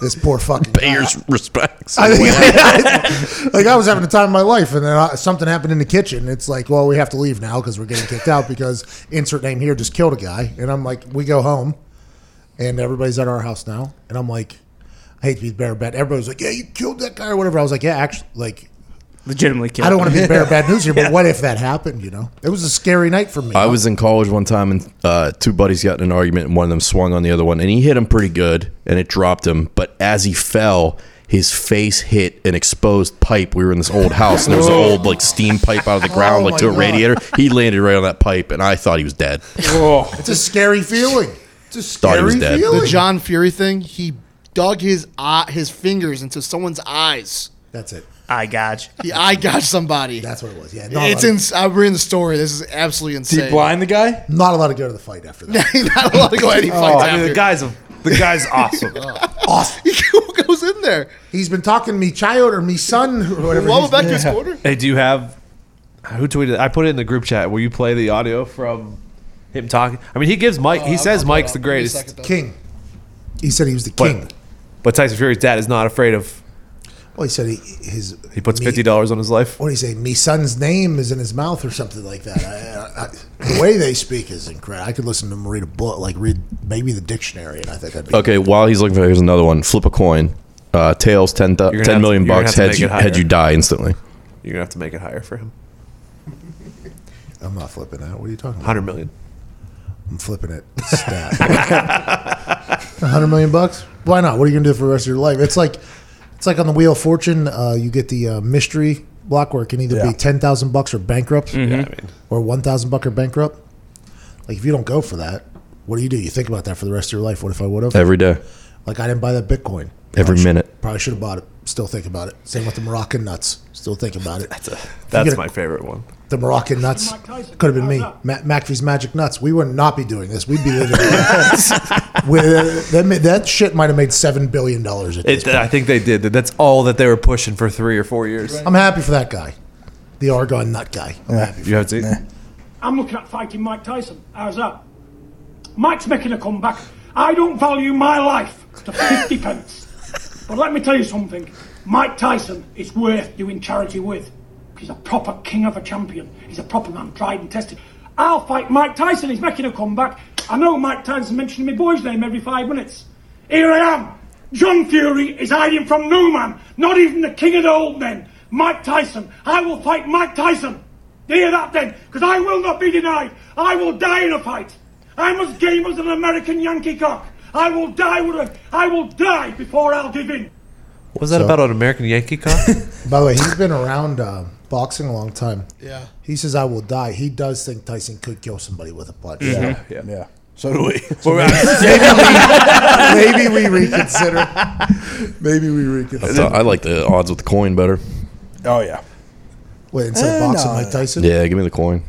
this poor fucking guy.
Pay your respects.
I think, like I was having the time of my life, and then I, something happened in the kitchen. It's like, well, we have to leave now because we're getting kicked out because insert name here just killed a guy, and I'm like, we go home, and everybody's at our house now, and I'm like, I hate to be the bearer of bad. Everybody's like, yeah, you killed that guy or whatever. I was like, yeah, actually, like.
Legitimately killed.
I don't want to be the bearer of bad news here, but what if that happened? You know, it was a scary night for me.
I was in college one time, and uh, two buddies got in an argument, and one of them swung on the other one, and he hit him pretty good, and it dropped him. But as he fell, his face hit an exposed pipe. We were in this old house, and there was an old like steam pipe out of the ground,
Oh
like to
my
a
God.
radiator. He landed right on that pipe, and I thought he was dead.
It's a scary feeling. It's
he
a
was
scary
dead.
feeling.
The John Fury thing, he dug his eye, his fingers into someone's eyes.
That's it.
I got you.
He eye got somebody.
That's what it was. Yeah, not,
it's
allowed,
ins- I'm reading the story. This is absolutely insane.
Deep blind the guy?
not allowed to go to the fight after that.
Not allowed to go any
Oh,
fights
I mean, the
after. Oh.
guy's a, the guy's awesome.
awesome.
Who goes in there?
He's been talking to me child or me son or whatever.
Well,
his
back
name-
to his quarter.
Hey, do you have who tweeted? I put it in the group chat. Will you play the audio from him talking? I mean, he gives Mike. he says Mike's the greatest,
King. He said he was the
But-
king.
but Tyson Fury's dad is not afraid of.
Well, he said he his
He puts
me-
fifty dollars on his life.
What do you say? Me son's name is in his mouth or something like that. I, I, I, the way they speak is incredible. I could listen to them read a book, like read maybe the dictionary, and I think I'd be
Okay, while he's looking for, here's another one. Flip a coin. Uh, tails, 10, th-
You're
10
gonna have
million
to- you're gonna
bucks.
have to
Heads,
make
you,
it higher.
heads, you die instantly.
You're gonna have to make it higher for him.
I'm not flipping out. What are you talking about?
Hundred million.
I'm flipping it. Stat. A hundred million bucks? Why not? What are you gonna do for the rest of your life? It's like it's like on the Wheel of Fortune. Uh, you get the uh, mystery block where it can either be ten thousand bucks or bankrupt,
Mm-hmm.
or one thousand buck or bankrupt. Like if you don't go for that, what do you do? You think about that for the rest of your life. What if I would have?
Every day.
Like I didn't buy that Bitcoin.
Every
Probably should-
minute.
probably should have bought it. Still think about it. Same with the Moroccan nuts. Still think about it.
That's
get a-
my favorite one.
The Moroccan nuts
Mike Tyson.
could have been me.
How's that?
Ma- McAfee's magic nuts. We would not be doing this. We'd be living. With, that, ma- that shit might have made seven billion dollars. at this
It, I think they did. That's all that they were pushing for three or four years.
I'm happy for that guy, the Argon Nut guy. I'm happy.
You haven't seen.
I'm looking at fighting Mike Tyson. How's that? Mike's making a comeback. I don't value my life to 50 pence. But let me tell you something Mike Tyson is worth doing charity with. He's a proper king of a champion. He's a proper man, tried and tested. I'll fight Mike Tyson. He's making a comeback. I know Mike Tyson mentioning my boy's name every five minutes. Here I am. John Fury is hiding from no man, not even the king of the old men, Mike Tyson. I will fight Mike Tyson. Hear that then, because I will not be denied. I will die in a fight. I'm as game as an American Yankee cock. I will die with a, I will die before I'll give in.
What was that about an American Yankee cock?
By the way, he's been around uh, boxing a long time.
Yeah.
He says, "I will die." He does think Tyson could kill somebody with a punch. Yeah.
Mm-hmm.
Yeah. So do we.
maybe we reconsider. Maybe we reconsider.
I, thought- I like the odds with the coin better.
oh, yeah.
Wait, instead of boxing
Eh,
Mike Tyson?
Yeah, give me the coin.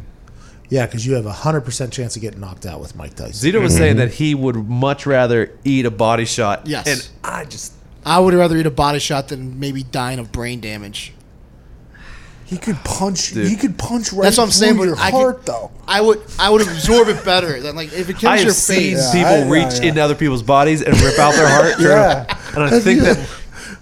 Yeah, because you have a hundred percent chance of getting knocked out with Mike Tyson.
Zito was saying that he would much rather eat a body shot.
Yes.
And I just
I would rather eat a body shot than maybe dying of brain damage.
He could punch. He could punch right
That's what I'm saying.
through
But
your
I could-
heart, though.
I would I would absorb it better than like if it
I
kills your
have seen
face.
people
I-
reach
yeah, yeah.
into other people's bodies and rip out their heart.
Yeah.
And I think that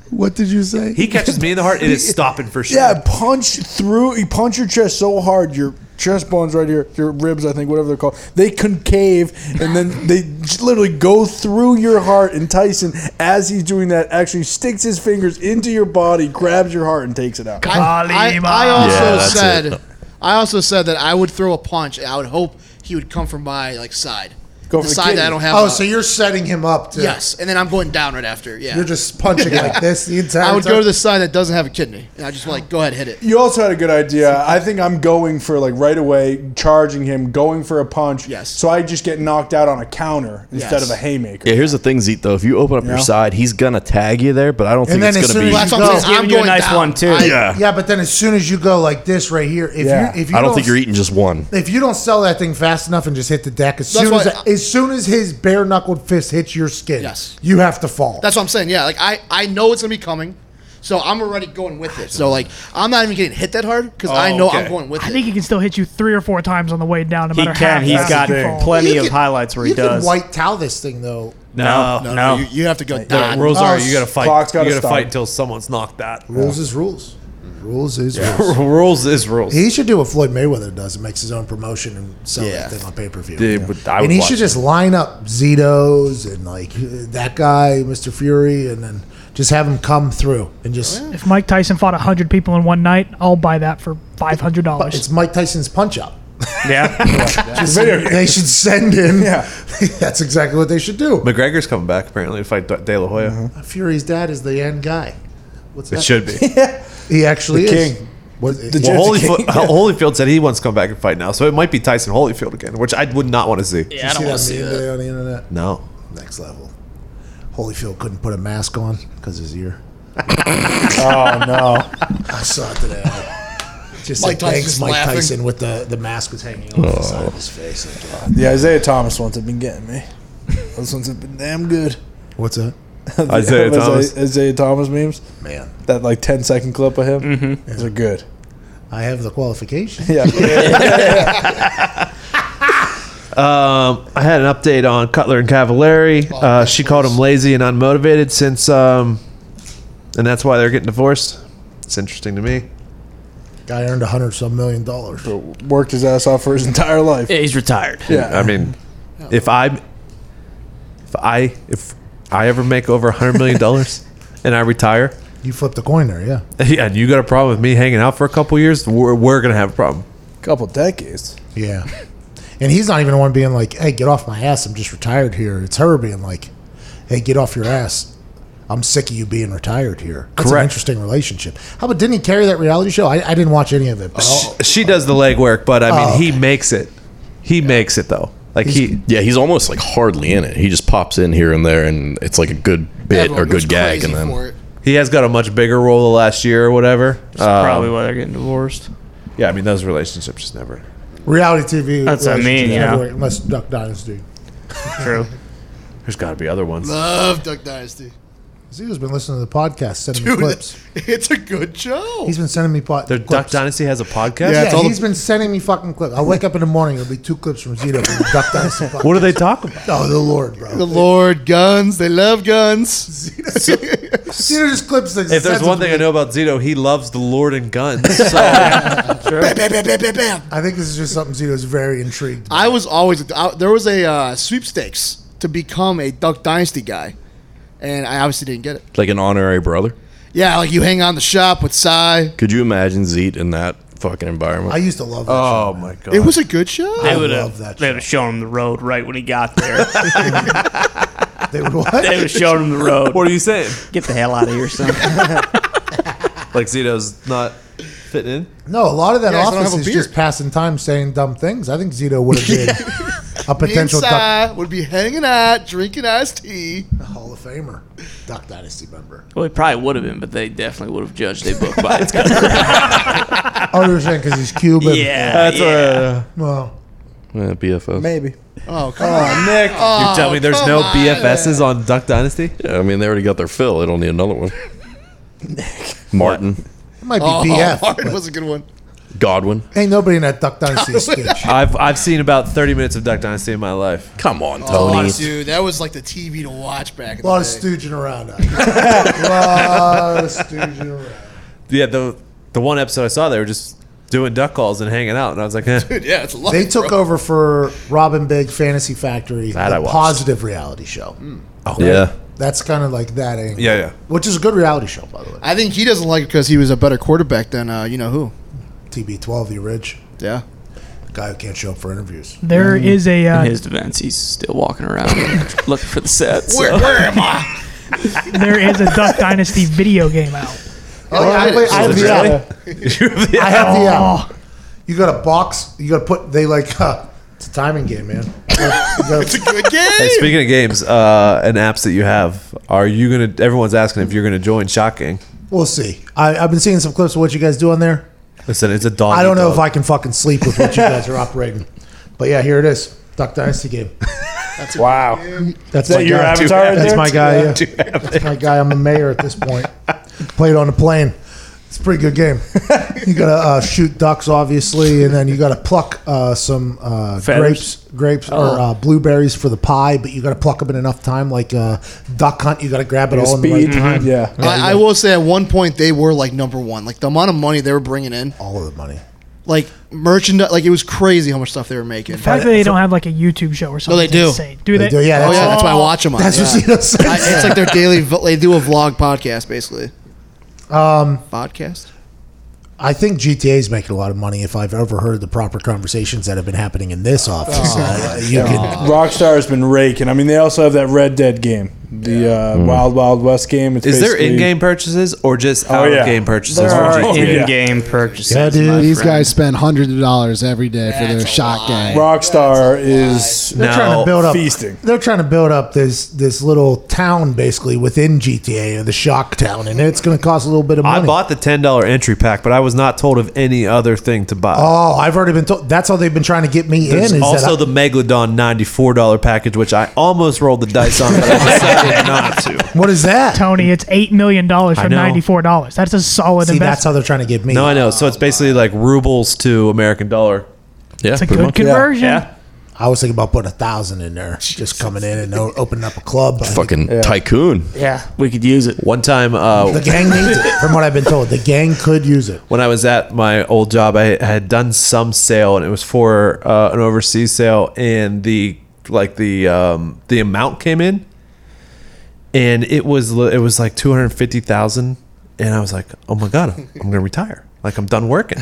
What did you say?
he catches me in the heart, it is stopping for sure.
Yeah, punch through. You punch your chest so hard, your chest bones right here, your ribs, I think, whatever they're called, they concave, and then they j- literally go through your heart. And Tyson, as he's doing that, actually sticks his fingers into your body, grabs your heart, and takes it out.
I, I, I
Yeah,
also
that's
said
it.
I also said that I would throw a punch. and I would hope he would come from my like side,
Go
the
for the
side
kidney.
that I don't have.
Oh,
a-
so you're setting him up to
yes, and then I'm going down right after. Yeah,
You're just punching like this the entire time.
I would go to the side that doesn't have a kidney, and I just like go ahead hit it.
You also had a good idea. I think I'm going for like right away, charging him, going for a punch.
Yes.
So I just get knocked out on a counter instead
Yes.
of a haymaker.
Yeah, here's the thing, Zeke, though. If you open up your
Yeah.
side, he's going to tag you there, but I don't think
And then
it's
as
going to
soon
be.
as
That's
you
what I'm
go-
saying. I'm
Giving you a
going
nice
down.
one, too.
I-
Yeah.
Yeah, but then as soon as you go like this right here, if
Yeah.
you if you
I don't think you're eating just one.
if you don't sell that thing fast enough and just hit the deck as
That's
soon as
why-
as soon as his bare knuckled fist hits your skin,
Yes.
you have to fall.
That's what I'm saying. Yeah, like I I know it's gonna be coming. So I'm already going with it. So like I'm not even getting hit that hard because I
Oh,
know
okay.
I'm going with
I
it.
think he can still hit you three or four times on the way down. No
He
matter
can.
How
He's
fast
got
you fall.
plenty
You
of
can-
highlights where he
you
does.
Can white towel this thing though.
no, no.
You, you have to go
The
down.
rules
Oh,
are you got to fight.
clock's gotta
you got to
stop.
fight until someone's knocked out.
Rules is rules. Rules is rules.
rules is rules.
He should do what Floyd Mayweather does and makes his own promotion and sell
Yeah.
that thing on pay per view.
Dude, but I would
and he
watch
should just line up Zetos and like uh, that guy, Mr. Fury, and then just have him come through and just.
If Mike Tyson fought hundred people in one night, I'll buy that for five hundred
But
dollars.
it's Mike Tyson's punch up.
Yeah.
They should send in.
Yeah.
that's exactly what they should do.
McGregor's coming back apparently to fight De La Hoya.
Fury's dad is the end guy. What's that?
It should be.
He actually
The
is.
king.
What,
well, Holyfield, Holyfield said he wants to come back and fight now, so it might be Tyson Holyfield again, which I would not want to see.
I don't see that meme today on the internet.
No.
Next level. Holyfield couldn't put a mask on because his ear.
Oh no!
I saw it today. Just
Mike
Mike
Tyson's
thanks, Mike
laughing.
Tyson, with the, the mask was hanging off the side of his face. Like, uh,
Oh. The Isaiah Thomas ones have been getting me. Those ones have been damn good.
what's that?
The
Isaiah Thomas.
Isaiah Thomas memes.
Man,
That like 10 second clip of him. Mm-hmm. Those are good.
I have the qualification.
Yeah.
Um, I had an update on Cutler and Cavallari. Uh, she called him lazy and unmotivated since, um, and that's why they're getting divorced. It's interesting to me.
Guy earned a hundred some million dollars.
Worked his ass off for his entire life.
he's retired.
Yeah.
I mean, if I, if I, if I ever make over a hundred million dollars and I retire,
You flipped the coin there, yeah.
yeah, and you got a problem with me hanging out for a couple years, we're, we're gonna have a problem.
couple decades.
Yeah. And he's not even the one being like, hey, get off my ass. I'm just retired here. It's her being like, hey, get off your ass. I'm sick of you being retired here. That's an
Correct.
interesting relationship. How about didn't he carry that reality show? I, I didn't watch any of it. But I'll-
She, she does the legwork, but I mean,
Oh,
he makes it. He makes it though. Like he,
Yeah, he's almost like hardly in it. He just pops in here and there, and it's like a good bit or
Everyone goes
good gag,
crazy
and then
for it.
he has got a much bigger role the last year or whatever. Um,
Probably why they're getting divorced.
Yeah, I mean those relationships just never.
reality TV.
That's what I mean,
relationships
you know.
everywhere, Unless Duck Dynasty.
True.
There's got to be other ones.
Love Duck Dynasty.
Zito's been listening to the podcast, sending
Dude,
me clips.
it's a good show.
He's been sending me po-
Their
clips.
Duck Dynasty has a podcast.
Yeah,
it's all the-
he's been sending me fucking clips. I wake up in the morning, there'll be two clips from Zito from the Duck Dynasty. Podcast.
What do they talk about?
Oh, the Lord, bro.
the Lord guns. They love guns.
Zito just clips things.
If there's
sends
one
them
thing
to
I
me.
know about Zito, he loves the Lord and guns. So
Bam, bam, bam, bam, bam, bam.
I think this is just something Zito's very intrigued.
I was always I, there was a uh, sweepstakes to become a Duck Dynasty guy, and I obviously didn't get it.
like an honorary brother.
Yeah, like you hang on the shop with Cy.
Could you imagine Zeet in that fucking environment?
I used to love that show,
oh
man.
my god,
It was a good show.
They would
love
have.
that
They
show.
would have shown him the road right when he got there.
They would what?
they would have shown him the road.
What are you saying?
Get the hell out of here, son.
Like Zito's not fitting in.
No, a lot of that
Yeah, 'cause I don't
office
have a
is
beard.
just passing time saying dumb things. I think Zito would have been a
Me and
potential Duck
Cy would be hanging out, drinking iced tea.
Hall of Famer, Duck Dynasty member.
well, he probably would have been, but they definitely would have judged their book by its cover.
Oh, you were saying because he's Cuban.
yeah.
That's
yeah.
uh,
Well,
Eh, BFF.
Maybe.
Oh come on, Oh,
Nick.
you tell me there's
come
no
on.
BFSs on Duck Dynasty.
Yeah, I mean, they already got their fill. They don't need another one. Martin,
it might be
oh,
BF.
Martin
but
was a good one.
Godwin.
Ain't nobody in that Duck Dynasty is sketch.
I've I've seen about 30 minutes of Duck Dynasty in my life.
Come on,
Oh,
Tony.
dude, that was like the TV to watch back in
A lot
the
of
day.
stooging around. out there. A lot of stooging around.
Yeah, the the one episode I saw, they were just doing duck calls and hanging out, and I was like, eh.
Dude, yeah, it's a lot.
They took over for Robin Big Fantasy Factory,
That I
the
watched.
positive reality show. Oh,
yeah.
That's kind of like that angle.
yeah, yeah.
Which is a good reality show, by the way.
I think he doesn't like it because he was a better quarterback than uh, you know who.
TB12, the Ridge,
Yeah.
guy who can't show up for interviews.
There is a
In
uh,
his defense, he's still walking around looking for the set.
Where,
So.
where am I?
there is a Duck Dynasty video game out.
Oh, yeah, I, play, I have the
Really?
app. I have the app. Oh. You got a box. You got to put. They like. Huh, it's a timing game, man. You gotta-
It's a good game.
Hey, speaking of games uh, and apps that you have, are you gonna? Everyone's asking if you're gonna join Shocking.
we'll see. I, I've been seeing some clips of what you guys do on there.
Listen, it's a dog.
I don't know if
dog.
I can fucking sleep with what you guys are operating, but yeah, here it is. Duck Dynasty game.
Wow.
That's
that
my
your
guy.
avatar right
That's
there?
my guy. Yeah. That's my guy. I'm a mayor at this point. Played on a plane. It's a pretty good game. you gotta uh, shoot ducks, obviously, and then you gotta pluck uh, some uh,
Feathers?
grapes, grapes
Oh.
or uh, blueberries for the pie. But you gotta pluck them in enough time, like uh, duck hunt. You gotta grab it all in the right
Speed.
time.
Mm-hmm.
Yeah.
I, I will say at one point they were like number one. Like the amount of money they were bringing in,
All of the money.
like merchandise, like it was crazy how much stuff they were making.
The fact that they don't have like a YouTube show or something.
they
is
do.
Insane. Do they?
They do, yeah,
Oh
that's,
yeah, that's why I watch them. On.
that's
yeah.
what Zeno said.
I, it's like their daily. vo- They do a vlog podcast basically. Um, podcast.
I think GTA's making a lot of money if I've overheard the proper conversations that have been happening in this office.
Oh,
Uh, you can,
Rockstar has been raking. I mean, they also have that Red Dead game, the uh, Wild Wild West game. It's
Mm. Is there
basically-
in-game purchases or just
Oh,
out-of-game
yeah.
purchases?
There
for
are
GTA?
Oh, yeah.
in-game purchases.
Yeah, dude,
my
These
friend.
guys spend hundreds of dollars every day for their
That's a
shot
lie.
game.
Rockstar is
they're trying
No,
to build up
feasting.
They're trying to build up this this little town basically within GTA, the Shock Town, and it's going to cost a little bit of money.
I bought the ten dollar entry pack, but I was not told of any other thing to buy.
oh, I've already been told. That's how they've been trying to get me
There's
in. Is
also
that
the Megalodon ninety four dollar package, which I almost rolled the dice on, but I decided not to.
I- what is that?
Tony, it's eight million dollars
I
for
know.
ninety four dollars. That's a solid
See, that's
investment.
how they're trying to get me.
No, I know. So it's basically like rubles to American dollar.
Yeah,
It's a good conversion.
Yeah.
I was thinking about putting a thousand in there, just coming in and o- opening up a club. I-
Fucking tycoon.
Yeah, we could use it.
One time,
The
uh,
gang needs it, from what I've been told. The gang could use it.
when I was at my old job, I had done some sale, and it was for uh, an overseas sale, and the like the um, the amount came in, and it was li- it was like two hundred fifty thousand, and I was like, oh my god, I'm gonna retire. Like I'm done working.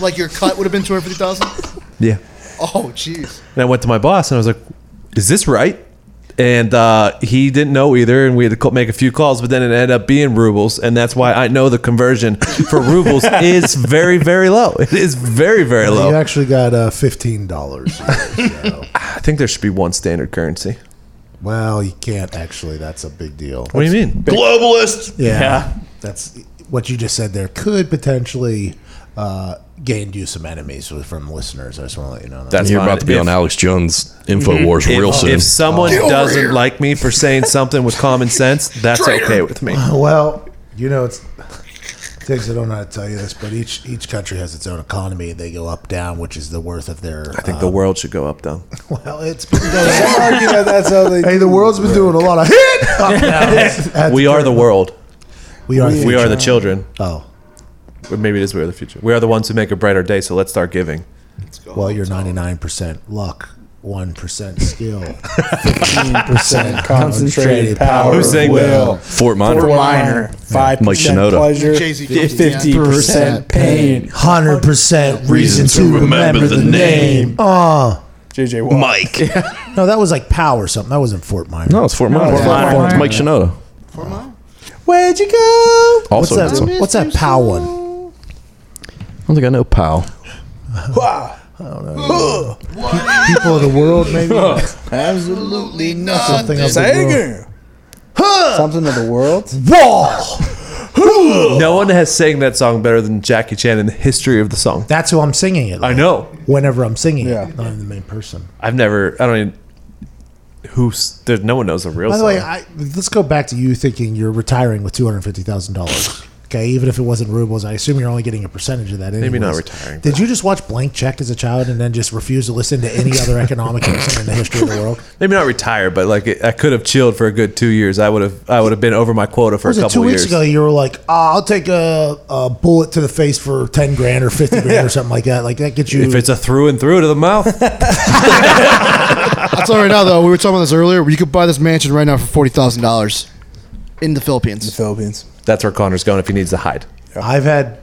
Like your cut would have been two hundred fifty thousand.
Yeah.
Oh jeez.
And I went to my boss and I was like, "Is this right?" And uh, he didn't know either, and we had to co- make a few calls, but then it ended up being rubles, and that's why I know the conversion for rubles is very, very low. It is very, very
You
low.
actually got uh, fifteen dollars. so.
I think there should be one standard currency.
Well, you can't actually. That's a big deal.
What do you mean?
Globalist.
Yeah,
Yeah.
that's what you just said. There could potentially uh, gain you some enemies with- from listeners. I just want to let you know that.
That's
You're
fine.
about to be
If- Mhm. Mm-hmm.
on Alex Jones Infowars
If,
real soon.
if someone doesn't like me for saying something with common sense, that's okay with me.
well, you know it's. Things I don't know how to tell you this, but each each country has its own economy. They go up down, which is the worth of their.
I think the world should go up, though.
well, it's been going
Don't argue that that's how they.
hey, the world's been doing a lot of hit. Up down.
We are the world.
We are.
We are the
future.
children.
Oh,
Or maybe it is we are the future. We are the ones who make a brighter day, so let's start giving.
well, you're ninety nine percent luck, one percent skill, fifteen percent
Concentrated
concentrated
power.
power.
Who's saying
will.
Fort Minor.
Fort Minor. Five
Mike
percent
Shinoda.
pleasure.
Jay-Z did it, yeah.
Fifty percent pain.
Hundred percent reason
Reason to
to remember
remember
the
the
name. Oh
JJ Watt.
Mike.
no, that was like Pow or something. That wasn't Fort Minor.
No, it's Fort Minor.
Fort
Minor.
It's Mike Shinoda.
Where'd you go?
what's
Also,
that?
good song.
What's that Pow one?
I don't think I know Pow.
People of the world, maybe
Absolutely nothing.
something of the world.
Sager. Something of the world.
Wall.
No one has sang that song better than Jackie Chan in the history of the song.
That's who I'm singing it.
I
like,
know.
Whenever I'm singing
Yeah.
it, I'm the main person.
I've never. I don't even. Who's there? No one knows the real.
By the
song.
way, I, let's go back to you thinking you're retiring with two hundred fifty thousand dollars. Okay, even if it wasn't rubles, I assume you're only getting a percentage of that. Anyways.
Maybe not retiring,
Did you just watch Blank Check as a child and then just refuse to listen to any other economic lesson in the history of the world?
maybe not retire, but like it, I could have chilled for a good two years. I would have. I would have been over my quota for a
Was it
couple
two weeks
years.
ago? You were like, oh, "I'll take a, a bullet to the face for ten grand or fifty grand or something like that." Like that gets you.
If it's a through and through to the mouth,
I'll tell you right now though, we were talking about this earlier. You could buy this mansion right now for forty thousand dollars in the Philippines.
Philippines.
that's where Connor's going if he needs to hide.
I've had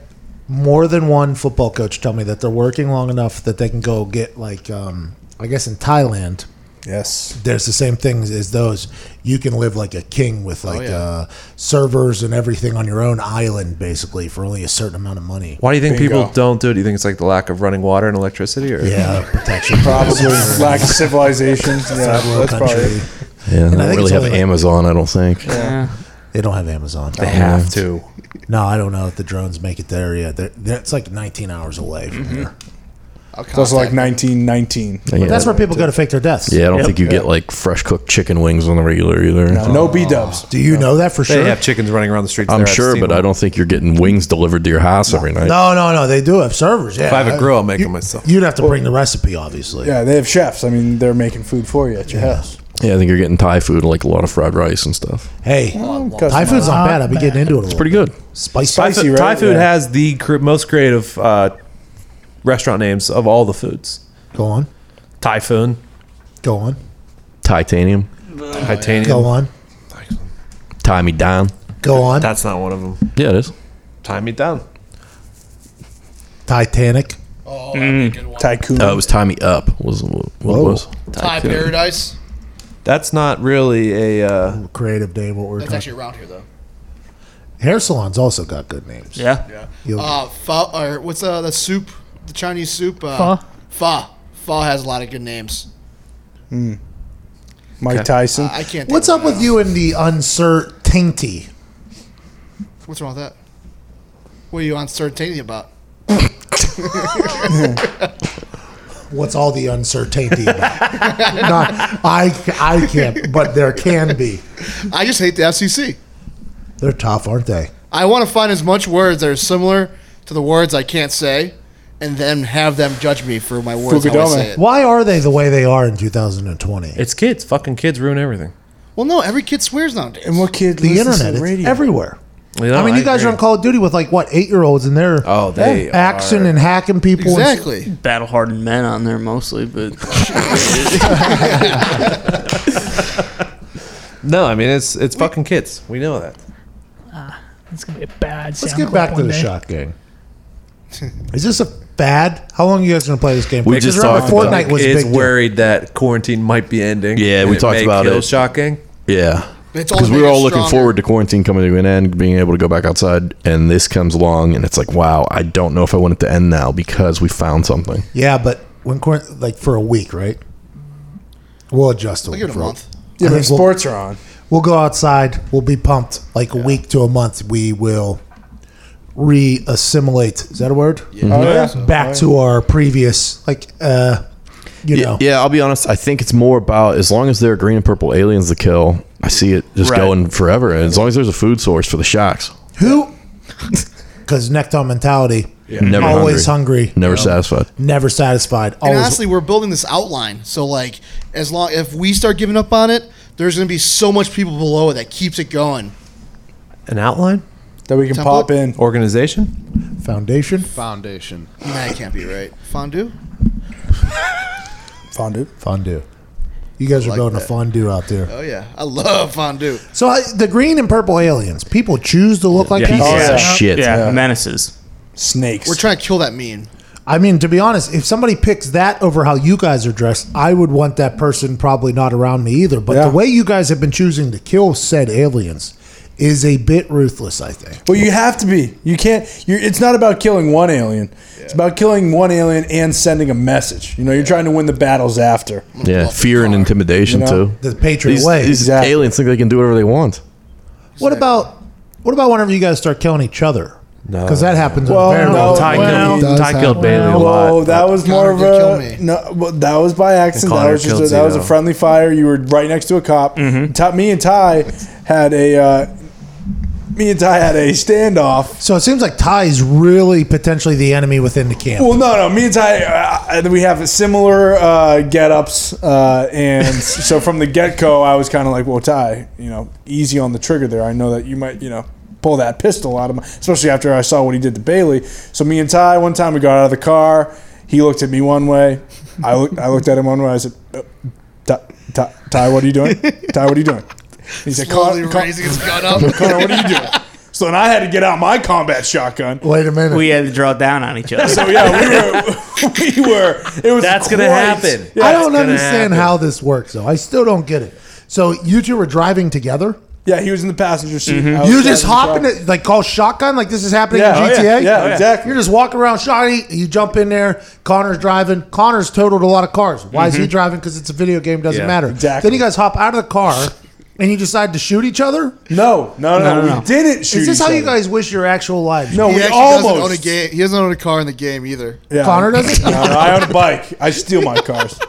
more than one football coach tell me that they're working long enough that they can go get like, um, I guess in Thailand,
Yes.
there's the same things as those. You can live like a king
Oh,
with like
yeah.
uh, servers and everything on your own island, basically, for only a certain amount of money.
Why do you think
Bingo.
people don't do it? Do you think it's like the lack of running water and electricity, or
Yeah, protection.
Probably lack of civilization. Yeah,
Little
that's probably.
country.
it.
Yeah, they don't
I think
really
it's
have
only like-
Amazon, I don't think.
They don't have Amazon.
they have to?
Mm-hmm.
No, I don't know if the drones make it there yet. They're, they're, it's like 19 hours away from here.
It's also like 1919.
But that's where people go to fake their deaths.
Yeah, I don't think you get like fresh cooked chicken wings on the regular either.
No B dubs.
Do you know that for
They
sure?
have chickens running around the streets.
I'm
there. I've
sure,
uh,
seen
but
them.
I don't think you're getting wings delivered to your house every night.
No, no, no. They do have servers. Yeah.
If I have a grill, I'll make
You-
it myself.
You'd have to bring the recipe, obviously.
Yeah, they have chefs. I mean, they're making food for you at your house.
Yeah, I think you're getting Thai food, like a lot of fried rice and stuff.
Hey, Thai
Customized.
food's not bad. I've been getting into it a little.
Pretty good.
spicy.
Thai,
spicy,
food- Thai
right?
food
Yeah.
has the cr- most creative uh, restaurant names of all the foods.
Go on.
Typhoon,
Go on.
Titanium,
Titanium.
Go on.
tie me down.
Go on.
That's not one of them.
Yeah, it is.
Tie me down.
Titanic.
Mm.
Tycoon.
No, Oh, it was tie me up. Was what it was
Thai Paradise.
That's not really a. Uh,
Creative day. What we're
That's
talking.
actually around here though.
Hair salons also got good names.
Yeah.
You'll-
Uh, pho, or what's uh, the soup? The Chinese soup. Uh,
Pho?
Pho. Pho has a lot of good names.
Hmm. Mike Tyson.
I can't. think
What's
of
up
it
with
now.
you and the uncertainty?
What's wrong with that? What are you uncertainty about?
What's all the uncertainty about? Not, I, I can't, but there can be.
I just hate the FCC.
They're tough, aren't they?
I want to find as much words that are similar to the words I can't say, and then have them judge me for my words. How I
Fukudome.
say it.
Why are they the way they are in 2020?
it's kids. Fucking kids ruin everything.
Well, no, every kid swears nowadays.
and what kid?
the
listens to
internet, it's
radio?
everywhere.
You know,
I mean, you guys
agree.
are on Call of Duty with like what eight year olds, and they're
Oh, they
yeah, axing
are-
and hacking people. and-
Exactly.
Battle hardened men on there mostly, but
No, I mean it's it's fucking kids. We know that.
It's Ah, gonna be a bad.
Let's get back to the shot game. Is this a bad? How long are you guys gonna play this game?
We
Because
just
remember
talked
Fortnite
about it.
was a
is
big. deal.
worried that quarantine might be ending.
Yeah,
and
we talked
may
about
kill
it.
Shocking.
Yeah,
It's
because we were
made us
all looking
stronger.
forward to quarantine coming to an end, being able to go back outside, and this comes along, and it's like, wow, I don't know if I want it to end now because we found something.
Yeah, but when quarant- like for a week, right? We'll adjust to
I'll
it.
give it a
for
month.
I
Yeah, but
think
if
we'll-
sports are on.
We'll go outside. We'll be pumped. Like a week to a month, we will re-assimilate. Is that a word? Yeah.
Oh, yeah.
Back to our previous, like, uh, you
Yeah,
know,
yeah, I'll be honest. I think it's more about as long as there are green and purple aliens to kill, I see it just
Right.
going forever. And as long as there's a food source for the shocks,
who? Because necktie mentality.
never
always
hungry,
hungry,
never satisfied.
never satisfied.
And
Always.
honestly, we're building this outline. So like, as long if we start giving up on it, there's going to be so much people below it that keeps it going.
An outline
That we can
Temple?
pop in.
organization.
foundation.
Foundation.
That can't be right. Fondue.
Fondue.
Fondue. You guys are going to fondue out there.
Oh yeah, I love fondue.
So I, the green and purple aliens. People choose to look like
Piece
that.
yeah.
of shit.
yeah, menaces.
Snakes.
We're trying to kill that meme.
I mean, to be honest, if somebody picks that over how you guys are dressed, I would want that person probably not around me either. But
Yeah.
the way you guys have been choosing to kill said aliens is a bit ruthless. I think.
Well, you have to be. You can't. You're, it's not about killing one alien. It's about killing one alien and sending a message. You know, you're trying to win the battles after.
Yeah, fear and intimidation
You know,
too.
The Patriot
These,
way.
these
Exactly.
aliens think they can do whatever they want.
what about what about whenever you guys start killing each other? No, because that happens.
Well,
a very
no,
long
Ty
time.
Well,
killed,
Does
Ty
that-
killed Bailey a lot.
Whoa, Oh, that was
Connor
more of
did kill
a
me.
no. Well, that was by accident.
Connor
That was just
killed Mm-hmm.
a, that was a
Zito.
friendly fire. You were right next to a cop. Ty, me and Ty had a uh, me and Ty had a standoff.
So it seems like Ty is really potentially the enemy within the camp.
Well, no, no. Me and Ty, uh, we have similar uh, get-ups, uh, and so from the get-go, I was kind of like, "Well, Ty, you know, easy on the trigger there. I know that you might, you know, pull that pistol out of my." Especially after I saw what he did to Bailey. So me and Ty, one time we got out of the car. He looked at me one way. I looked, I looked at him one way. I said, "Uh, Ty, Ty, Ty, what are you doing? Ty, what are you doing?" He said,
Slowly
"Con- Con-
raising his gun up.
Connor, what are you doing?" So then I had to get out my combat shotgun.
Wait a minute.
We had to draw down on each other.
So yeah, we were, we were. It was
That's gonna
quite-
happen.
Yeah,
I don't
gonna
understand
happen.
how this works, though. I still don't get it. So you two were driving together.
yeah, he was in the passenger seat.
Mm-hmm.
I was
You just
driving
hop in
the
it, like call shotgun, like this is happening
Yeah. Oh,
in
yeah.
GTA.
Yeah, Oh, yeah. exactly.
You're just walking around, shotty. You jump in there. Connor's driving. Connor's totaled a lot of cars. Why is he driving? Because it's a video game. Doesn't
Mm-hmm. Yeah,
matter.
exactly.
Then you guys hop out of the car. and you decide to shoot each other?
No, no, no,
No, no,
we
no.
didn't shoot.
Is this
each
how you
other.
guys wish your actual lives?
No,
were?
He
we
actually doesn't own a
almost.
game. He doesn't own a car in the game either.
Yeah.
Connor doesn't?
No, no, I own a bike. I steal my cars.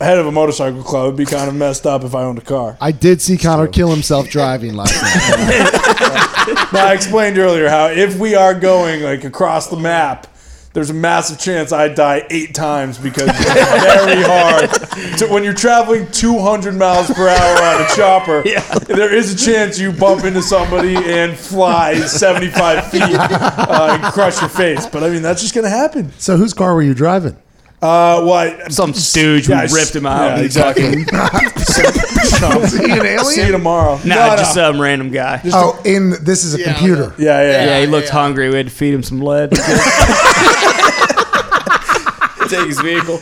Head of a motorcycle club would be kind of messed up if I owned a car.
I did see Connor kill himself driving last night.
Now, I explained earlier how if we are going like across the map, there's a massive chance I die eight times because it's very hard. To, when you're traveling 200 miles per hour on a chopper, there is a chance you bump into somebody and fly 75 feet uh, and crush your face. But I mean, that's just going to happen.
so whose car were you driving?
Uh, well, I,
Some stooge
Yeah, I
ripped him out.
Yeah, exactly.
Is he an
See you
alien?
tomorrow.
Nah,
No, no.
just some random guy.
Oh, in this is a
Yeah,
computer.
yeah, yeah,
yeah, he looked
yeah.
hungry. We had to feed him some lead. Take his vehicle.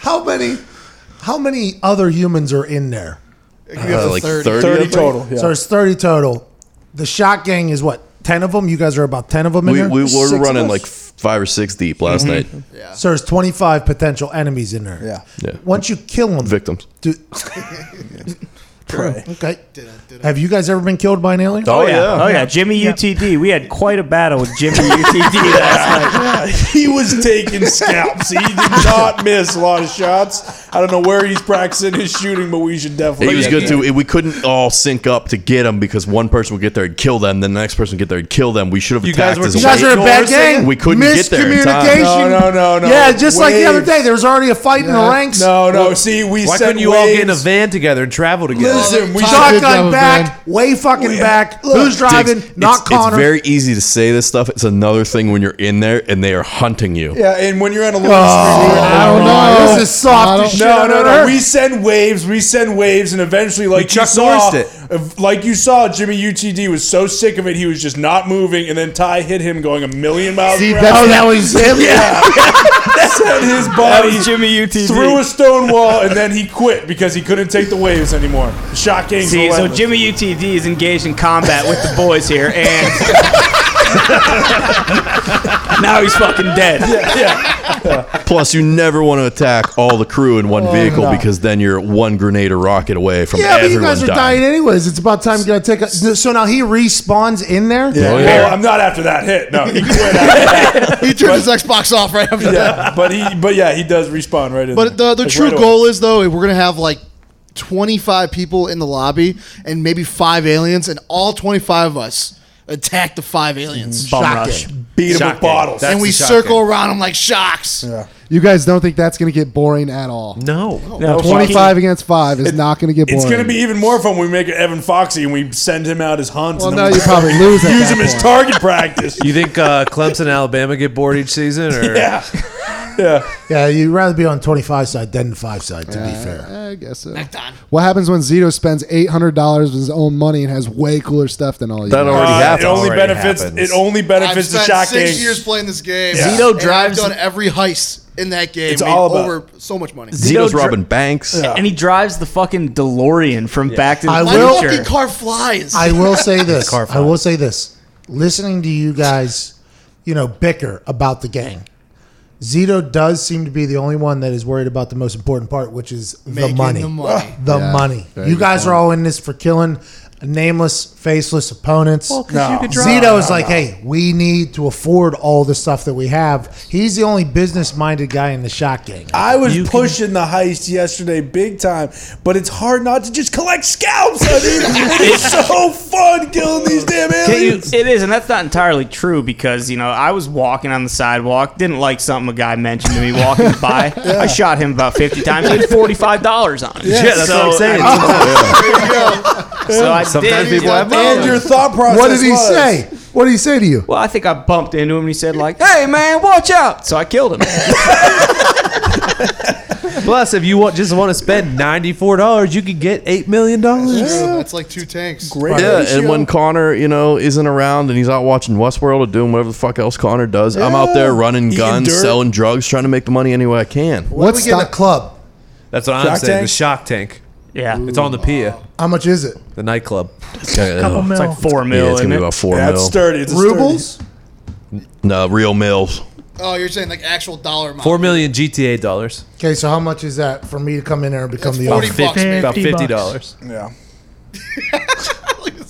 How many? How many other humans are in there?
It could be
Uh,
up to
like
30.
30, of
30
them?
total. Yeah.
So it's thirty total. The shot gang is what ten of them. You guys are about ten of Mm-hmm. them in
We,
there.
we were
Six of
running
us.
like five or six deep last night.
so there's twenty five potential enemies in there.
yeah.
Yeah.
Once you kill them,
Victims.
do,
Pray.
okay. Have you guys ever been killed by an alien?
Oh,
Oh yeah, Jimmy UTD. We had quite a battle with Jimmy UTD last night.
He was taking scalps. He did not miss a lot of shots. I don't know where he's practicing his shooting, but we should
oh,
definitely.
He was
get
good
that.
too. We couldn't all sync up to get him because one person would get there and kill them, then the next person would get there and kill them. We should have
You
attacked
guys were-
as
You guys
a
are a
wave.
bad gang.
We couldn't get there in time.
Miscommunication.
No, no, no, no.
Yeah, just like the other
Wait.
day, there was already a fight in the ranks.
No, no. See, we
Why
sent
couldn't you all get in a
waves.
van together and travel together?
Listen, we
Todd-
shot.
job
Shotgun
of
back, way fucking back. Who's driving?
Diggs,
Not
it's,
Connor.
It's very easy to say this stuff. It's another thing when you're in there and they are hunting you.
Yeah, and when you're on a little
Oh.
I
Oh,
don't know.
this is soft as shit.
No,
I've
no,
ever
no.
heard.
We send waves, we send waves, and eventually, like you
Chuck
saw,
Norrised it.
ev- like you saw, Jimmy UTD was so sick of it, he was just not moving, and then Ty hit him going a million miles
See,
per
that's-
hour.
Oh, that
was him. Yeah.
sent his
That
body
was Jimmy UTD.
through a stone wall, and then he quit because he couldn't take the waves anymore. Shocking.
See, so Jimmy UTD is engaged in combat with the boys here, and now he's fucking dead.
Plus, you never want to attack all the crew in one vehicle because then you're one grenade or rocket away from
Oh, Yeah, but you
everyone
guys are
dying.
dying anyways. It's about time you gotta take a. So now he respawns in there.
Yeah.
Oh, yeah.
Well, I'm not after that hit. No, he quit. after that.
He turned his Xbox off right after that.
yeah, but he, but yeah, he does respawn right in.
But
there.
the, the
Like,
true
right away.
goal is though we're gonna have like 25 people in the lobby and maybe five aliens and all 25 of us attack the five aliens
Bum
Shocking.
rush.
beat him with
Shocking.
bottles.
That's
and we
the shotgun.
circle around them like shocks.
You guys don't think that's going to get boring at all?
No.
No, fucking-
25 against 5 is not going to get boring.
It's gonna be even more fun when we make it Evan Foxy and we send him out as hunt.
Well,
and
no,
then we
you probably lose at
use
that
him as
point.
target practice.
You think uh, Clemson and Alabama get bored each season? Or?
yeah, yeah.
Yeah, you'd rather be on 25 side than the 5 side, to be fair.
I guess so. What happens when Zito spends $800 of his own money and has way cooler stuff than all you?
That
guys?
already
Uh, it
happened.
only
Already
benefits.
happens.
It only
I've
benefits the
spent
shot
six
game.
years playing this game.
Yeah.
Zito
Zito drives-
I've done every heist in that game.
It's
made
all about-
over so much money.
Zito
Zito's
dri-
robbing banks.
And he drives the fucking DeLorean from Back to the
I
My
will-
Future.
fucking car flies.
I will say this. I will say this. Listening to you guys, you know, bicker about the gang. Zito does seem to be the only one that is worried about the most important part, which is the
Making
money.
the money.
The money. You guys are all in this for killing nameless, faceless opponents.
No.
Zito is like, hey, we need to afford all the stuff that we have. He's the only business-minded guy in the shot gang.
I was pushing the heist yesterday big time, but it's hard not to just collect scalps. I mean, it is so fun killing these damn
It-
aliens.
it is, and that's not entirely true because you know I was walking on the sidewalk, didn't like something a guy mentioned to me walking by. I shot him about fifty times. He had forty five dollars on it. Yeah,
that's what I'm saying.
So I
Sometimes
did.
people have
and your thought process.
What did he
was-
say? What did he say to you?
well, I think I bumped into him and he said like, "Hey man, watch out!" So I killed him.
Plus, if you want, just want to spend $94, you could get $8 million.
Yeah, That's like two tanks.
Great.
Yeah, and when Connor, you know, isn't around and he's out watching Westworld or doing whatever the fuck else Connor does, I'm out there running
Eating
guns,
dirt.
selling drugs, trying to make the money any way I can.
What's
What's
we get in
the
the club?
That's what I'm
Shark
saying.
Tank?
The Shock Tank.
Yeah, it's
It's on the Pia,
How much is it?
the nightclub.
Couple
Yeah,
mil.
like four mil.
it's
isn't
gonna be
it?
about four
Yeah, it's
mil.
sturdy. It's a
Rubles?
no, real mills.
Oh, you're saying like actual dollar amount.
Four million GTA dollars.
Okay, so how much is that for me to come in there and become
That's
the
40
owner?
bucks,
Fifty
man.
About
bucks.
fifty dollars.
sturdy. Yeah.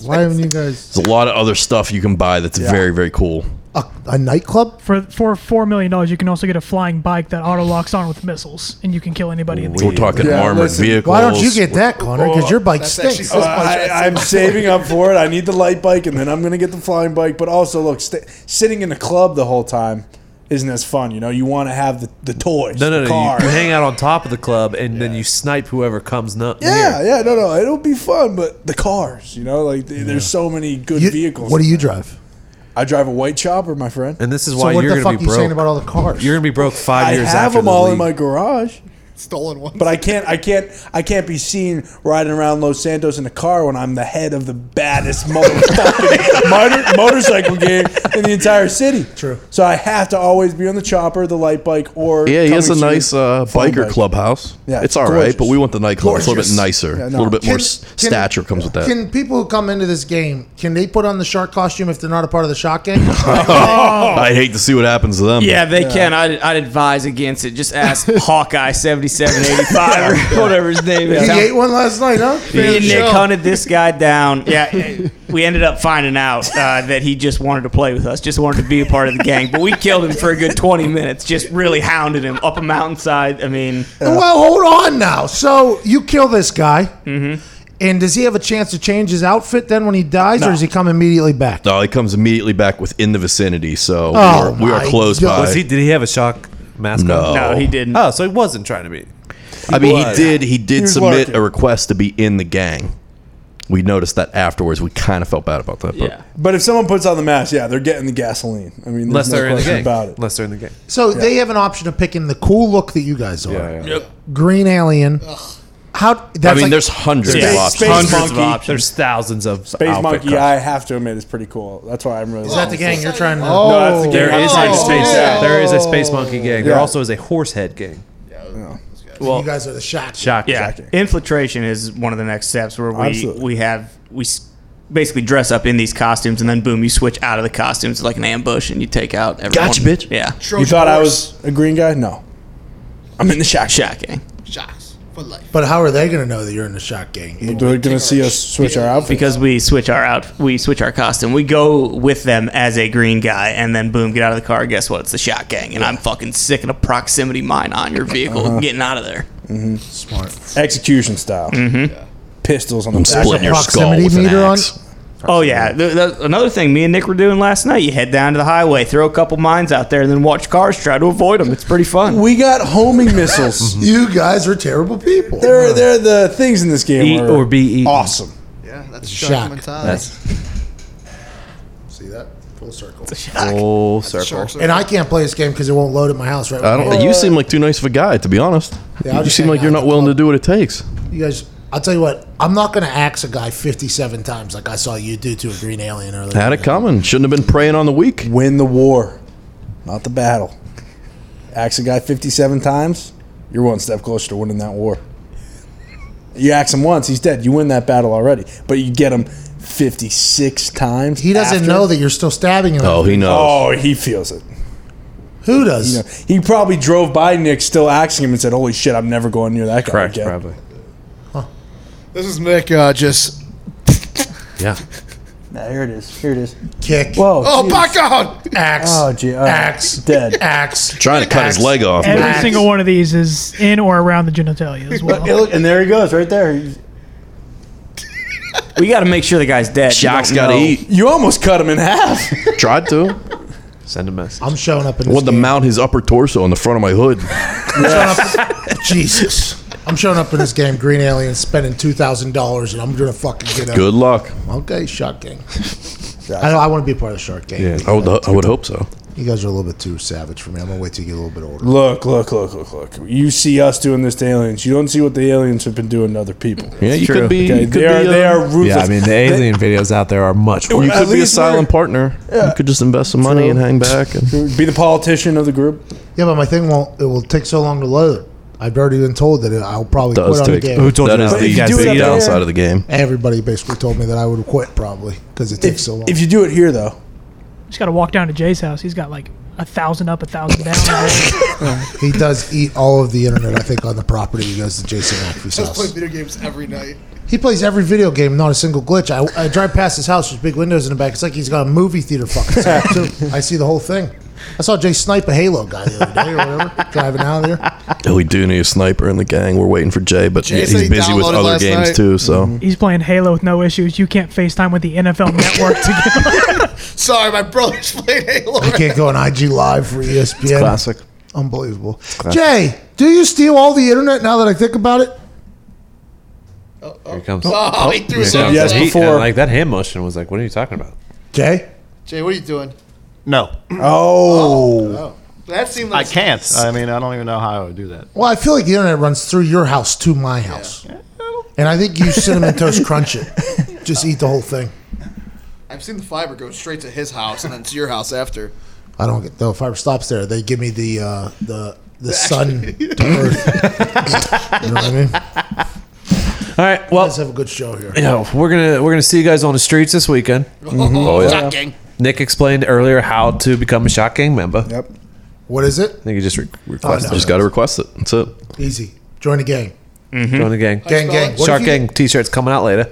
Why haven't you guys
There's a lot of other stuff you can buy that's very, very cool.
a, a nightclub?
For for four million dollars, you can also get a flying bike that auto locks on with missiles, and you can kill anybody in the
We're talking
Yeah,
armored
listen,
vehicles.
Why don't you get that, Connor?
Oh,
Because your bike
That's
stinks.
actually-
I, I'm saving up for it. I need the light bike, and then I'm gonna get the flying bike. But also, look, st- sitting in a club the whole time isn't as fun. You know, you want to have the, the toys,
No, no,
the
no.
cars.
You, you hang out on top of the club and then you snipe whoever comes nu-
yeah,
near.
yeah, no, no, it'll be fun. But the cars, you know, like th- there's so many good
You-
vehicles.
What do you drive?
I drive a white chopper, my friend.
And this is
So
why
what
you're
the
going to
fuck
be
you saying
broke.
about all the cars?
you're going to be broke five
I
years
have
after
them
the
all in
league.
my garage.
Stolen one.
But I can't, I can't, I can't be seen riding around Los Santos in a car when I'm the head of the baddest motherfucking motor, motorcycle gang in the entire city. True. So I have to always be on the chopper, the light bike, or
Yeah, he has a
coming soon,
nice uh,
fun
biker
bike.
clubhouse.
Yeah,
Yeah,
it's
it's all right,
gorgeous.
but we want the nightclub. It's a little bit
Gorgeous.
nicer,
Yeah,
a
no.
little bit more
Can-
s-
can-
stature comes with that.
Can people come into this game? Can they put on the shark costume if they're not a part of the shock gang?
Oh.
I hate to see what happens to
Um,
them.
Yeah, they can. I'd, I'd advise against it. Just ask Hawkeye seventy seven eighty five or whatever his name is.
he ate one last night, huh?
Me and Nick
show.
hunted this guy down. Yeah, we ended up finding out uh, that he just wanted to play with us, just wanted to be a part of the gang. But we killed him for a good 20 minutes, just really hounded him up a mountainside. I mean,
Well, hold on now. So you kill this guy,
Mm-hmm.
and does he have a chance to change his outfit then when he dies, or does he come immediately back?
No, he comes immediately back within the vicinity, so we
Oh
are- we are
my
close
God.
by.
Was he? Did he have a shock mask?
No.
On?
no, he didn't.
Oh, so he wasn't trying to be.
I mean, he
was.
did. He did
was
submit
lurking.
a request to be in the gang. We noticed that afterwards. We kind of felt bad about that. But
yeah.
But if someone puts on the mask, yeah, they're getting the gasoline. I mean,
Unless
there's no
they're in the
question
game.
about it.
Unless they're in the game.
So they have an option of picking the cool look that you guys are.
Yeah, yeah.
Green alien. How? That's
I mean,
like-
there's hundreds
Space-
of options.
space
Hundreds
monkey,
of options.
There's thousands of
space
outfit
monkey.
cups.
I have to admit, is pretty cool. That's why I'm really.
is that
Oh,
the gang you're trying to?
No, that's the gang.
There
I'm
is
trying
a
to
space.
space out.
There is a space
Oh.
monkey gang. There
Yeah.
also is a horse head gang.
you guys are the shock.
Shock.
Yeah,
Exactly.
infiltration is one of the next steps where we
Absolutely.
we have we s- basically dress up in these costumes and then boom, you switch out of the costumes like an ambush and you take out everyone.
Gotcha, bitch.
Yeah,
You thought I was a green guy? No, I'm in the shack.
shocking
Shocks for life.
But how are they going to know that you're in the shock gang?
They're gonna see us switch our outfit.
because we switch our out we switch our costume. We go with them as a green guy and then boom, get out of the car. Guess what? It's the shot gang, and I'm fucking sicking a proximity mine on your vehicle, getting out of there.
Smart.
Mm-hmm. execution style. Pistols on the
Mm-hmm. I'm
back.
splitting your skull
proximity
with an
meter on-
axe.
Oh yeah, Th- th- another thing me and Nick were doing last night. You head down to the highway, throw a couple mines out there, and then watch cars try to avoid them. It's pretty fun.
We got homing missiles.
You guys are terrible people.
they're they're the things in this game.
Eat
are
or be eaten.
Awesome.
Yeah, that's
Shock.
shock mentality.
See that? Full circle.
Oh.
Full circle.
Sharks are
And I can't play this game because it won't load at my house right
I don't. You seem like too nice of a guy, to be honest.
Yeah, I'll
you
just
seem
hang
like you're
out at
not
the
willing to
club.
do what it takes.
You guys, I'll tell you what. I'm not going to axe a guy 57 times like I saw you do to a green alien earlier.
Had it coming. Shouldn't have been preying on the weak.
Win the war, not the battle. Axe a guy 57 times, you're one step closer to winning that war. You axe him once, he's dead. You win that battle already. But you get him 56 times.
He doesn't
after-
know that you're still stabbing him.
Oh, he knows.
Oh, he feels it.
Who does?
You know, he probably drove by Nick still axing him and said, Holy shit, I'm never going near that guy
Correct.
again.
Probably.
This is Nick uh, just.
Yeah.
Nah, here it is. Here it is.
Kick.
Whoa.
Oh,
geez.
my God!
Axe.
Oh, gee. all right.
Axe.
Dead.
Axe.
Trying to cut his
Axe.
leg off.
Every
Nice.
single one of these is in or around the genitalia as well.
Look, look, and there he goes, right there.
We got to make sure the guy's dead.
Shock's
You don't
got to
know.
eat.
You almost cut him in half.
Tried to.
Send a message.
I'm showing up in this
Wanted to
game.
mount his upper torso on the front of my hood.
Jesus. I'm showing up in this game, green alien, spending $2,000, and I'm going to fucking get him.
Good luck.
Okay, Shark Gang. I, I want to be a part of Shark Gang.
I would, I would hope so.
You guys are a little bit too savage for me. I'm going to wait till you get a little bit older.
Look, look, look, look, look. You see us doing this to aliens. You don't see what the aliens have been doing to other people.
Yeah, you
true.
could be.
Okay,
you could
they, are,
be, uh,
they are ruthless.
Yeah, I mean the alien videos out there are much
You
worse.
At
could be a
least
silent partner. You could just invest some money and hang back. And
Be the politician of the group.
Yeah, but my thing won't, it will take so long to load. I've already been told that it, I'll probably
does
quit on the
take.
game.
told
that
you
is
that? You
the
guys do it
big
up
there?
downside of the game.
Everybody basically told me that I would quit probably because it takes so long.
If you do it here, though,
Just got to walk down to Jay's house. He's got like a thousand up, a thousand down.
He does eat all of the internet, I think, on the property. He goes to Jason Alfrey's
Just play
house.
video games every night.
He plays every video game, not a single glitch. I, I drive past his house, there's big windows in the back. It's like he's got a movie theater fucking set up, too. I see the whole thing. I saw Jay snipe a Halo guy the other day or whatever, driving out of there.
Yeah, we do need a sniper in the gang. We're waiting for Jay, but
Jay said
he's
he
busy with
downloaded
other
last
games
night.
too. So
Mm-hmm.
He's playing Halo with no issues. You can't FaceTime with the NFL Network to get
Sorry, my brother's playing Halo.
You can't go on IG Live for E ESPN.
classic.
Unbelievable. Jay, do you steal all the internet now that I think about it?
Here it comes.
Oh, he threw
Here it
himself.
comes.
yes
He- and,
before.
Like that hand motion was like, what are you talking about?
Jay?
Jay, what are you doing?
No,
Oh,
That seemed
I
like
can't. I mean, I don't even know how I would do that.
Well, I feel like the internet runs through your house to my house. And I think you cinnamon toast crunch it. Just eat the whole thing.
I've seen the fiber go straight to his house and then to your house after.
I don't get though. Fiber stops there. They give me the uh, the the sun to earth. you know what I mean?
All right. Well,
Let's have a good show here.
you know, we're gonna we're gonna see you guys on the streets this weekend.
Oh yeah.
Shocking.
Nick explained earlier how to become a shot gang member.
yep.
What is it?
I think you just re-
Oh,
Request.
no.
Just got to request it. That's it.
Easy. Join the gang.
join the gang.
Gang,
spell it?
gang. What if
Shark
you-
gang T-shirts coming out later.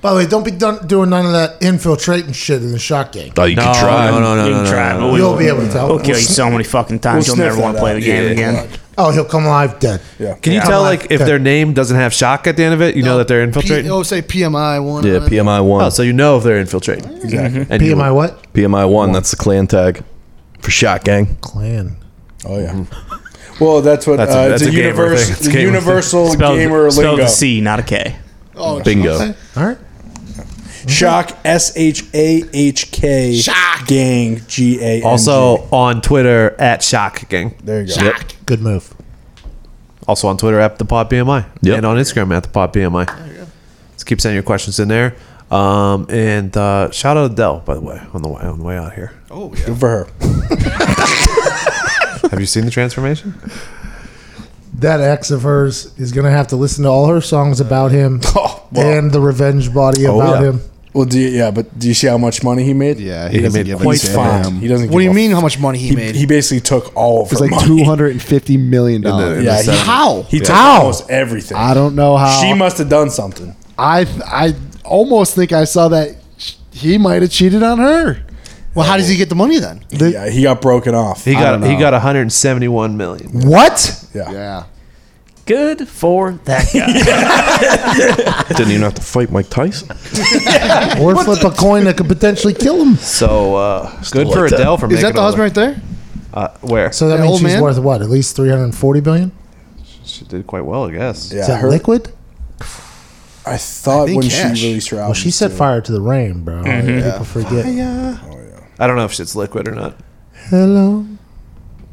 By the way, don't be done doing none of that infiltrating shit in the shot gang.
Oh, you
No,
can try.
no, no, no,
You
no,
can
no,
try,
no,
but
no.
we-
You'll be able to tell.
We'll kill you so many fucking times.
We'll
You'll never
sniff
want
that
to play
out.
the game again.
Oh, he'll come alive dead.
Yeah.
Can you tell like if their name doesn't have shock at the end of it, you know that they're
P-
infiltrating.
oh, say PMI one.
Yeah,
on it.
PMI one.
Oh, so you know if they're infiltrating. Exactly. And you-
PMI what?
PMI one. That's the clan tag for shot gang.
Clan.
Oh yeah. Well, that's what
That's a-
uh,
that's
it's
a
a,
gamer
universe,
thing. It's
a
gamer thing.
universal gamer
Spelled, spelled
lingo.
a C, not a K.
Oh,
Bingo.
All right.
Shock S H A H K.
Shock.
Gang G A. N G.
Also on Twitter at shock gang.
there you go.
Good move.
Also on Twitter at the Pod BMI.
Yep.
And on Instagram at the Pod BMI. There you go. Let's keep sending your questions in there. Um, and uh, shout out Adele, by the way, on the way on the way out here.
Good for her.
Have you seen the transformation?
That ex of hers is going to have to listen to all her songs about him
Oh, well.
and the revenge body
oh,
about
yeah.
him.
Well, do you, yeah, but do you see how much money he made?
Yeah,
he,
he doesn't
made
give a
quite
damn.
fine. He doesn't.
What do
give
you
a-
mean? How much money he,
He,
made?
he basically took all of
It's
her
like
money.
two hundred and fifty million dollars.
Yeah, he,
How?
He took almost everything.
I don't know how.
She must have done something.
I I almost think I saw that sh- he might have cheated on her.
well, how does he get the money then?
yeah, he got broken off.
He got
don't
he
know.
got 171 million.
What?
yeah.
Yeah.
Good for that guy.
Didn't even have to fight Mike Tyson.
Or flip a coin that could potentially kill him.
So uh, good for
like that.
Adele for making
Is that the
all
husband right there?
Uh, where
So that
That
means
old
she's
man?
worth what? At least 340 billion?
she did quite well, I guess.
Yeah,
Is that
her-
liquid?
I thought
think
when
cash.
she released her album,
Well, she set
too.
fire to the rain, bro.
Mm-hmm.
People forget.
I don't know if shit's liquid or not.
Hello.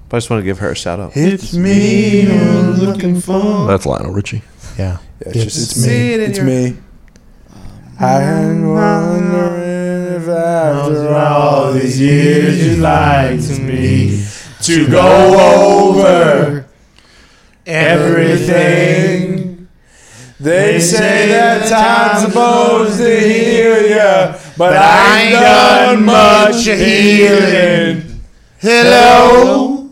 But I just want to give her a shout out.
It's me.
That's Lionel Richie.
Yeah.
Yeah, it's, just, it's me. It's me. I'm wondering if Um, after all these years you'd like to me to go over everything. They say that time's supposed to heal ya, but I ain't done much healing. Hello.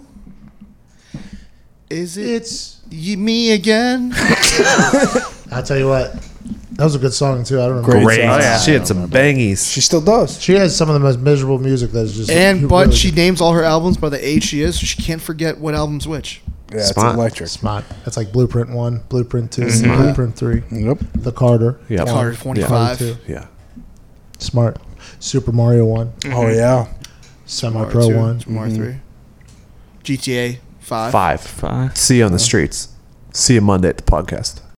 Is it? It's you, me again.
I'll tell you what. That was a good song, too. I don't remember.
Great. song. Oh,
She had some bangies.
She still does.
She has some of the most miserable music that is just.
And but
really
she names all her albums by the age she is, so she can't forget what album's which.
Yeah, it's
Smart.
electric. Mhm.
Smart. That's like Blueprint 1, Blueprint 2, Blueprint 3,
Yep.
The Carter.
Yeah.
Carter
Carter
25.
2.
Yeah.
Smart. Super Mario 1,
Oh yeah.
Semi
Mario
Pro
2,
1.
Mario 3. GTA 5.
Five. See you on the streets. See you Monday at the podcast.